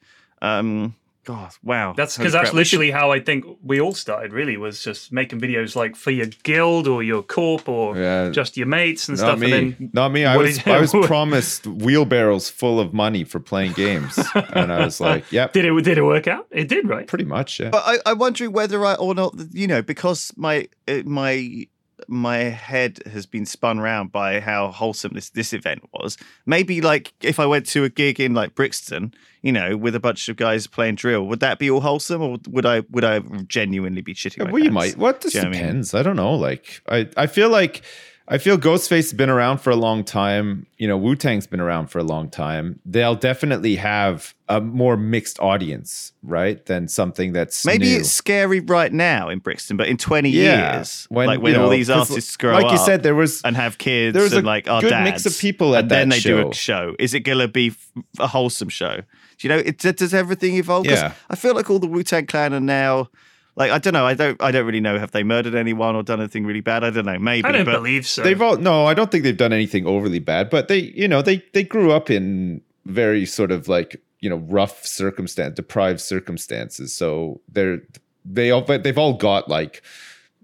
Speaker 2: Um. God, wow.
Speaker 4: That's
Speaker 2: Holy
Speaker 4: because that's
Speaker 2: crap. We should-
Speaker 4: literally how I think we all started. Really, was just making videos like for your guild or your corp or
Speaker 3: Yeah.
Speaker 4: just your mates and
Speaker 3: Not
Speaker 4: stuff.
Speaker 3: me.
Speaker 4: And then
Speaker 3: Not me. I
Speaker 4: What
Speaker 3: was
Speaker 4: did you-
Speaker 3: I was promised wheelbarrows full of money for playing games, and I was like, "Yep,
Speaker 4: did it? Did it work out? It did, right?
Speaker 3: pretty much." Yeah.
Speaker 2: But I, I'm wondering whether I or not, you know, because my uh, my my head has been spun round by how wholesome this this event was. Maybe like if I went to a gig in like Brixton, you know, with a bunch of guys playing drill, would that be all wholesome, or would I would I genuinely be shitting?
Speaker 3: Yeah,
Speaker 2: my
Speaker 3: well, you
Speaker 2: pants?
Speaker 3: might. What this
Speaker 2: Do you know what I mean?
Speaker 3: depends. I, don't know. Like, I, I feel like, I feel Ghostface has been around for a long time. You know, Wu Tang's been around for a long time. They'll definitely have a more mixed audience, right? Than something that's
Speaker 2: Maybe
Speaker 3: new.
Speaker 2: it's scary right now in Brixton, but in 20 years, like when
Speaker 3: you
Speaker 2: all
Speaker 3: know,
Speaker 2: these
Speaker 3: 'cause
Speaker 2: artists grow
Speaker 3: like
Speaker 2: up,
Speaker 3: you said, there was
Speaker 2: and have kids
Speaker 3: There was
Speaker 2: and
Speaker 3: a
Speaker 2: like our
Speaker 3: good
Speaker 2: dads.
Speaker 3: mix of people at
Speaker 2: and then
Speaker 3: that
Speaker 2: they do
Speaker 3: show.
Speaker 2: a show. Is it gonna be f- a wholesome show? Do you know? It, does everything evolve? 'Cause
Speaker 3: Yeah.
Speaker 2: I feel like all the Wu Tang Clan are now. Like I don't know. I don't. I don't really know. Have they murdered anyone or done anything really bad? I don't know. Maybe.
Speaker 4: I don't
Speaker 2: but
Speaker 4: believe so.
Speaker 3: They've all no, I don't think they've done anything overly bad, but they, you know, they they grew up in very sort of like you know rough circumstance, deprived circumstances. So they're they all but they've all got like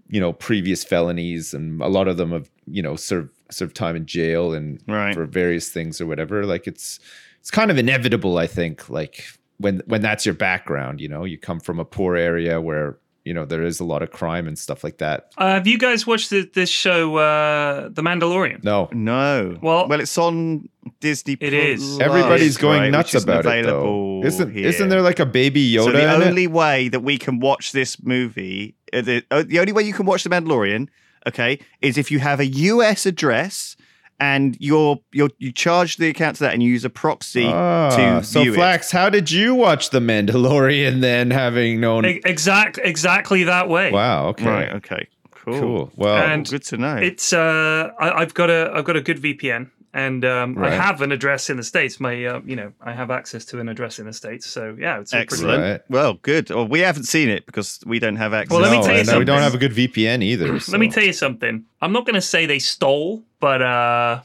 Speaker 3: you know previous felonies, and a lot of them have you know served served time in jail and
Speaker 2: Right.
Speaker 3: for various things or whatever. Like it's it's kind of inevitable, I think. Like when when that's your background, you know, you come from a poor area where you know there is a lot of crime and stuff like that.
Speaker 4: Uh, have you guys watched the, this show, uh, The Mandalorian?
Speaker 3: No,
Speaker 2: No.
Speaker 4: Well-
Speaker 2: well, it's on Disney.
Speaker 4: It is.
Speaker 2: Plus,
Speaker 3: Everybody's going
Speaker 2: right,
Speaker 3: nuts
Speaker 2: which isn't
Speaker 3: about it
Speaker 2: available
Speaker 3: though. Isn't
Speaker 2: here.
Speaker 3: isn't there like a baby Yoda?
Speaker 2: So
Speaker 3: in
Speaker 2: the
Speaker 3: it?
Speaker 2: only way that we can watch this movie, uh, the, uh, the only way you can watch The Mandalorian, okay, is if you have a US address and you're, you're you charge the account to that and you use a proxy
Speaker 3: Ah,
Speaker 2: to
Speaker 3: so
Speaker 2: view
Speaker 3: Flax, how did you watch The Mandalorian then having known
Speaker 4: E- Exact, exactly that way.
Speaker 3: Wow,
Speaker 2: it.
Speaker 3: okay.
Speaker 2: Right. Okay. Cool.
Speaker 3: Cool. Well,
Speaker 4: And-
Speaker 2: Good to know.
Speaker 4: It's uh, I, I've got a I've got a good VPN, and um,
Speaker 3: Right.
Speaker 4: I have an address in the states. My uh, you know I have access to an address in the states. So yeah, it's a pretty-
Speaker 2: Excellent.
Speaker 3: Right.
Speaker 2: Well, good. Well, we haven't seen it because we don't have access.
Speaker 4: Well, let me
Speaker 3: no,
Speaker 4: tell you
Speaker 3: and we
Speaker 4: something.
Speaker 3: don't have a good VPN either.
Speaker 4: Let me tell you something. I'm not going to say they stole, but uh,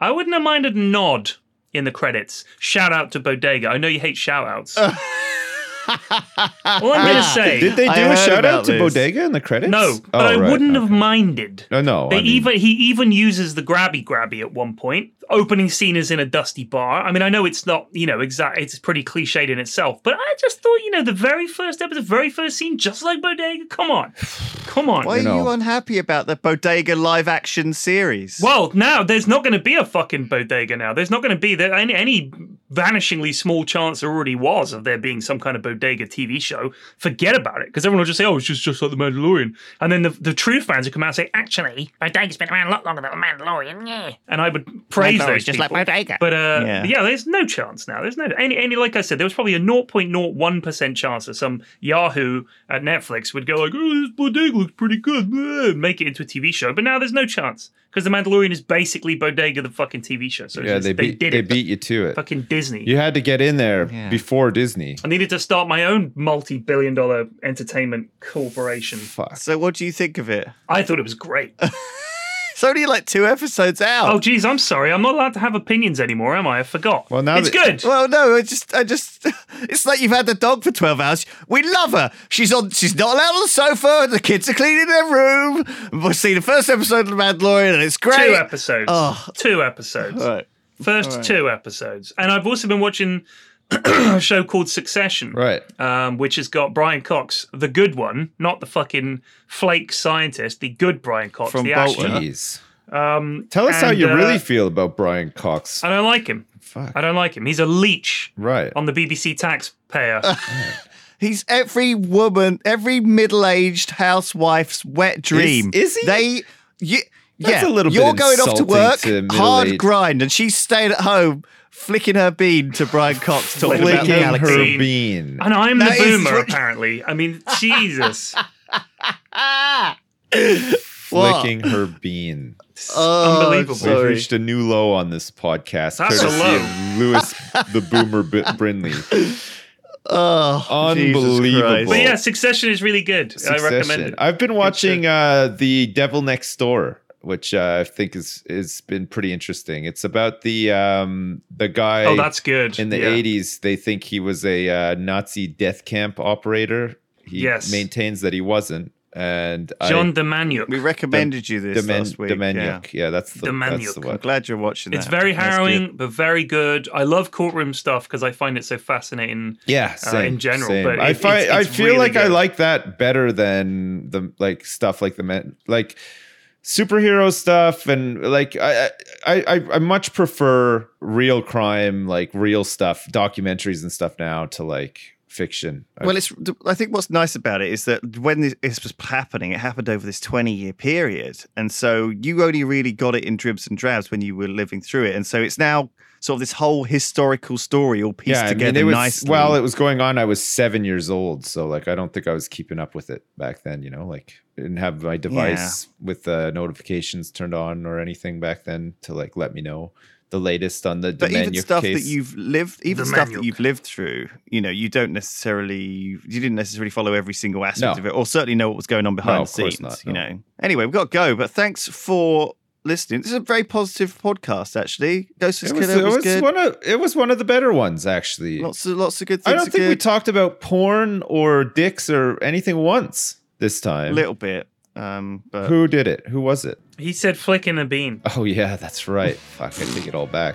Speaker 4: I wouldn't have minded a nod in the credits. Shout out to Bodega. I know you hate shout outs. All I'm going to say,
Speaker 3: Did they do
Speaker 2: I
Speaker 3: a
Speaker 2: heard
Speaker 3: shout out
Speaker 2: about
Speaker 3: to
Speaker 2: this.
Speaker 3: Bodega in the credits?
Speaker 4: no,
Speaker 3: Oh,
Speaker 4: but I
Speaker 3: right,
Speaker 4: wouldn't
Speaker 3: okay.
Speaker 4: have minded.
Speaker 3: No, no.
Speaker 4: They
Speaker 3: I mean,
Speaker 4: even he even uses the grabby grabby at one point. Opening scene is in a dusty bar. I mean, I know it's not you know exact. It's pretty cliched in itself, but I just thought you know the very first episode, the very first scene, just like Bodega. Come on, come on.
Speaker 2: Why are
Speaker 3: you know.
Speaker 2: you unhappy about the Bodega live action series?
Speaker 4: Well, now there's not going to be a fucking bodega. Now there's not going to be there, any any vanishingly small chance there already was of there being some kind of bodega TV show, forget about it because everyone will just say, "Oh, it's just just like the Mandalorian," and then the, the true fans would come out and say, "Actually, Bodega's been around a lot longer than the Mandalorian." Yeah, and I would praise those
Speaker 1: Mandalorian's just like
Speaker 4: people.
Speaker 1: Bodega.
Speaker 4: But uh,
Speaker 2: Yeah.
Speaker 4: yeah. there's no chance now. There's no any any like I said, there was probably a 0.01 percent chance that some Yahoo at Netflix would go like, "Oh, this Bodega looks pretty good," bleh, and make it into a TV show. But now there's no chance because the Mandalorian is basically Bodega, the fucking TV show. So it's
Speaker 3: yeah,
Speaker 4: just-
Speaker 3: they beat
Speaker 4: did
Speaker 3: they
Speaker 4: it.
Speaker 3: beat you to it.
Speaker 4: fucking Disney.
Speaker 3: You had to get in there
Speaker 1: Yeah.
Speaker 3: before Disney.
Speaker 4: I needed to start my own multi-billion-dollar entertainment corporation.
Speaker 3: Fuck.
Speaker 2: So what do you think of it?
Speaker 4: I thought it was great.
Speaker 2: It's only like two episodes
Speaker 4: oh,
Speaker 2: out.
Speaker 4: geez, I'm sorry. I'm not allowed to have opinions anymore, am I? I forgot.
Speaker 3: Well, now
Speaker 4: it's
Speaker 3: that-
Speaker 4: good.
Speaker 2: Well, no, I just, I just, it's like you've had the dog for twelve hours. We love her. She's on. She's not allowed on the sofa. The kids are cleaning their room. We'll see the first episode of The Mandalorian, and it's great.
Speaker 4: Two episodes.
Speaker 2: Oh.
Speaker 4: Two episodes.
Speaker 2: All right.
Speaker 4: First two episodes. And I've also been watching a show called Succession.
Speaker 3: Right.
Speaker 4: Um, which has got Brian Cox, the good one, not the fucking flake scientist, the good Brian Cox,
Speaker 2: From
Speaker 4: the
Speaker 2: Bolton.
Speaker 4: actor.
Speaker 3: Jeez.
Speaker 4: Um,
Speaker 3: Tell us how
Speaker 4: and,
Speaker 3: you
Speaker 4: uh,
Speaker 3: really feel about Brian Cox.
Speaker 4: I don't like him.
Speaker 3: Fuck.
Speaker 4: I don't like him. He's a leech
Speaker 3: Right.
Speaker 4: on the BBC taxpayer.
Speaker 2: He's every woman, every middle-aged housewife's wet dream.
Speaker 3: is he?
Speaker 2: They, you,
Speaker 3: That's
Speaker 2: yeah,
Speaker 3: a little bit
Speaker 2: You're going off to
Speaker 3: insulting
Speaker 2: work,
Speaker 3: to middle-aged-
Speaker 2: hard grind, and she's staying at home flicking her bean to Brian Cox talking about the
Speaker 4: Flicking
Speaker 2: galaxy.
Speaker 3: her
Speaker 4: Bean.
Speaker 3: bean.
Speaker 4: And I'm
Speaker 2: That
Speaker 4: the
Speaker 2: is
Speaker 4: boomer,
Speaker 2: what-
Speaker 4: apparently. I mean, Jesus.
Speaker 2: What?
Speaker 3: Flicking her bean.
Speaker 2: Oh,
Speaker 4: Unbelievable.
Speaker 2: sorry.
Speaker 3: We've reached a new low on this podcast.
Speaker 4: That's a
Speaker 3: courtesy
Speaker 4: low.
Speaker 3: Of Lewis the Boomer B- Brinley.
Speaker 2: Oh,
Speaker 3: Unbelievable.
Speaker 4: But
Speaker 2: Jesus
Speaker 4: yeah,
Speaker 2: Christ.
Speaker 4: Succession is really good. I recommend
Speaker 3: Succession.
Speaker 4: it.
Speaker 3: I've been watching uh, the Devil Next Door, which uh, I think is is been pretty interesting. It's about the um, the guy.
Speaker 4: oh, that's good.
Speaker 3: in the
Speaker 4: Yeah.
Speaker 3: 80s they think he was a uh, nazi death camp operator he
Speaker 4: Yes.
Speaker 3: maintains that he wasn't and
Speaker 4: John
Speaker 3: I,
Speaker 4: DeManuk.
Speaker 2: we recommended you this
Speaker 3: Demen-
Speaker 2: last week.
Speaker 3: Demeniuk.
Speaker 2: yeah.
Speaker 3: yeah. that's the, that's the
Speaker 4: Demeniuk.
Speaker 2: I'm
Speaker 3: one
Speaker 2: glad you're watching that.
Speaker 4: It's very
Speaker 2: That's good.
Speaker 4: harrowing, but very good. I love courtroom stuff because I find it so fascinating.
Speaker 3: yeah
Speaker 4: Uh,
Speaker 3: same,
Speaker 4: in general,
Speaker 3: same.
Speaker 4: but
Speaker 3: i
Speaker 4: it-
Speaker 3: fi-
Speaker 4: it's-
Speaker 3: i
Speaker 4: it's
Speaker 3: feel
Speaker 4: really
Speaker 3: like i
Speaker 4: good.
Speaker 3: like that better than the like stuff like the men like superhero stuff and like I, I i i much prefer real crime like real stuff documentaries and stuff now to like fiction I-
Speaker 2: Well, it's. I think what's nice about it is that when this, this was happening, it happened over this twenty-year period, and so you only really got it in dribs and drabs when you were living through it, and so it's now sort of this whole historical story all pieced
Speaker 3: I mean,
Speaker 2: together
Speaker 3: it was,
Speaker 2: nicely.
Speaker 3: Well, it was going on. I was seven years old, so like I don't think I was keeping up with it back then. You know, like I didn't have my device with uh, notifications turned on or anything back then to like let me know the latest on the
Speaker 2: but even
Speaker 3: Domenech
Speaker 2: stuff
Speaker 3: case.
Speaker 2: that you've lived, even
Speaker 4: The
Speaker 2: stuff that
Speaker 4: manual.
Speaker 2: you've lived through, you know, you don't necessarily, you didn't necessarily follow every single aspect
Speaker 3: No.
Speaker 2: of it, or certainly know what was going on behind
Speaker 3: No,
Speaker 2: the
Speaker 3: of course
Speaker 2: scenes.
Speaker 3: not,
Speaker 2: You
Speaker 3: no.
Speaker 2: know. Anyway, we've got to go, but thanks for listening. This is a very positive podcast, actually. Ghost is
Speaker 3: it was,
Speaker 2: Killer
Speaker 3: it
Speaker 2: was,
Speaker 3: was
Speaker 2: good.
Speaker 3: one of it was one of the better ones actually.
Speaker 2: Lots of lots of good things.
Speaker 3: I don't
Speaker 2: are
Speaker 3: think we
Speaker 2: good.
Speaker 3: talked about porn or dicks or anything once this
Speaker 2: a
Speaker 3: time.
Speaker 2: little bit. Um, but
Speaker 3: Who did it? Who was it?
Speaker 4: He said flicking a bean.
Speaker 3: Oh yeah, that's right. Fuck, I take it all back.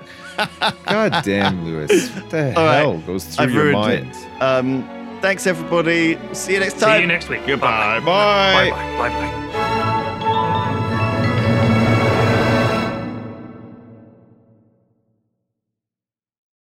Speaker 3: God damn, Lewis. What the
Speaker 2: All right.
Speaker 3: hell goes through
Speaker 2: I've
Speaker 3: your
Speaker 2: ruined it.
Speaker 3: mind?
Speaker 2: um, thanks everybody. See you next time.
Speaker 4: See you next week.
Speaker 2: Goodbye.
Speaker 3: Bye.
Speaker 4: Bye-bye. Bye-bye. Bye-bye.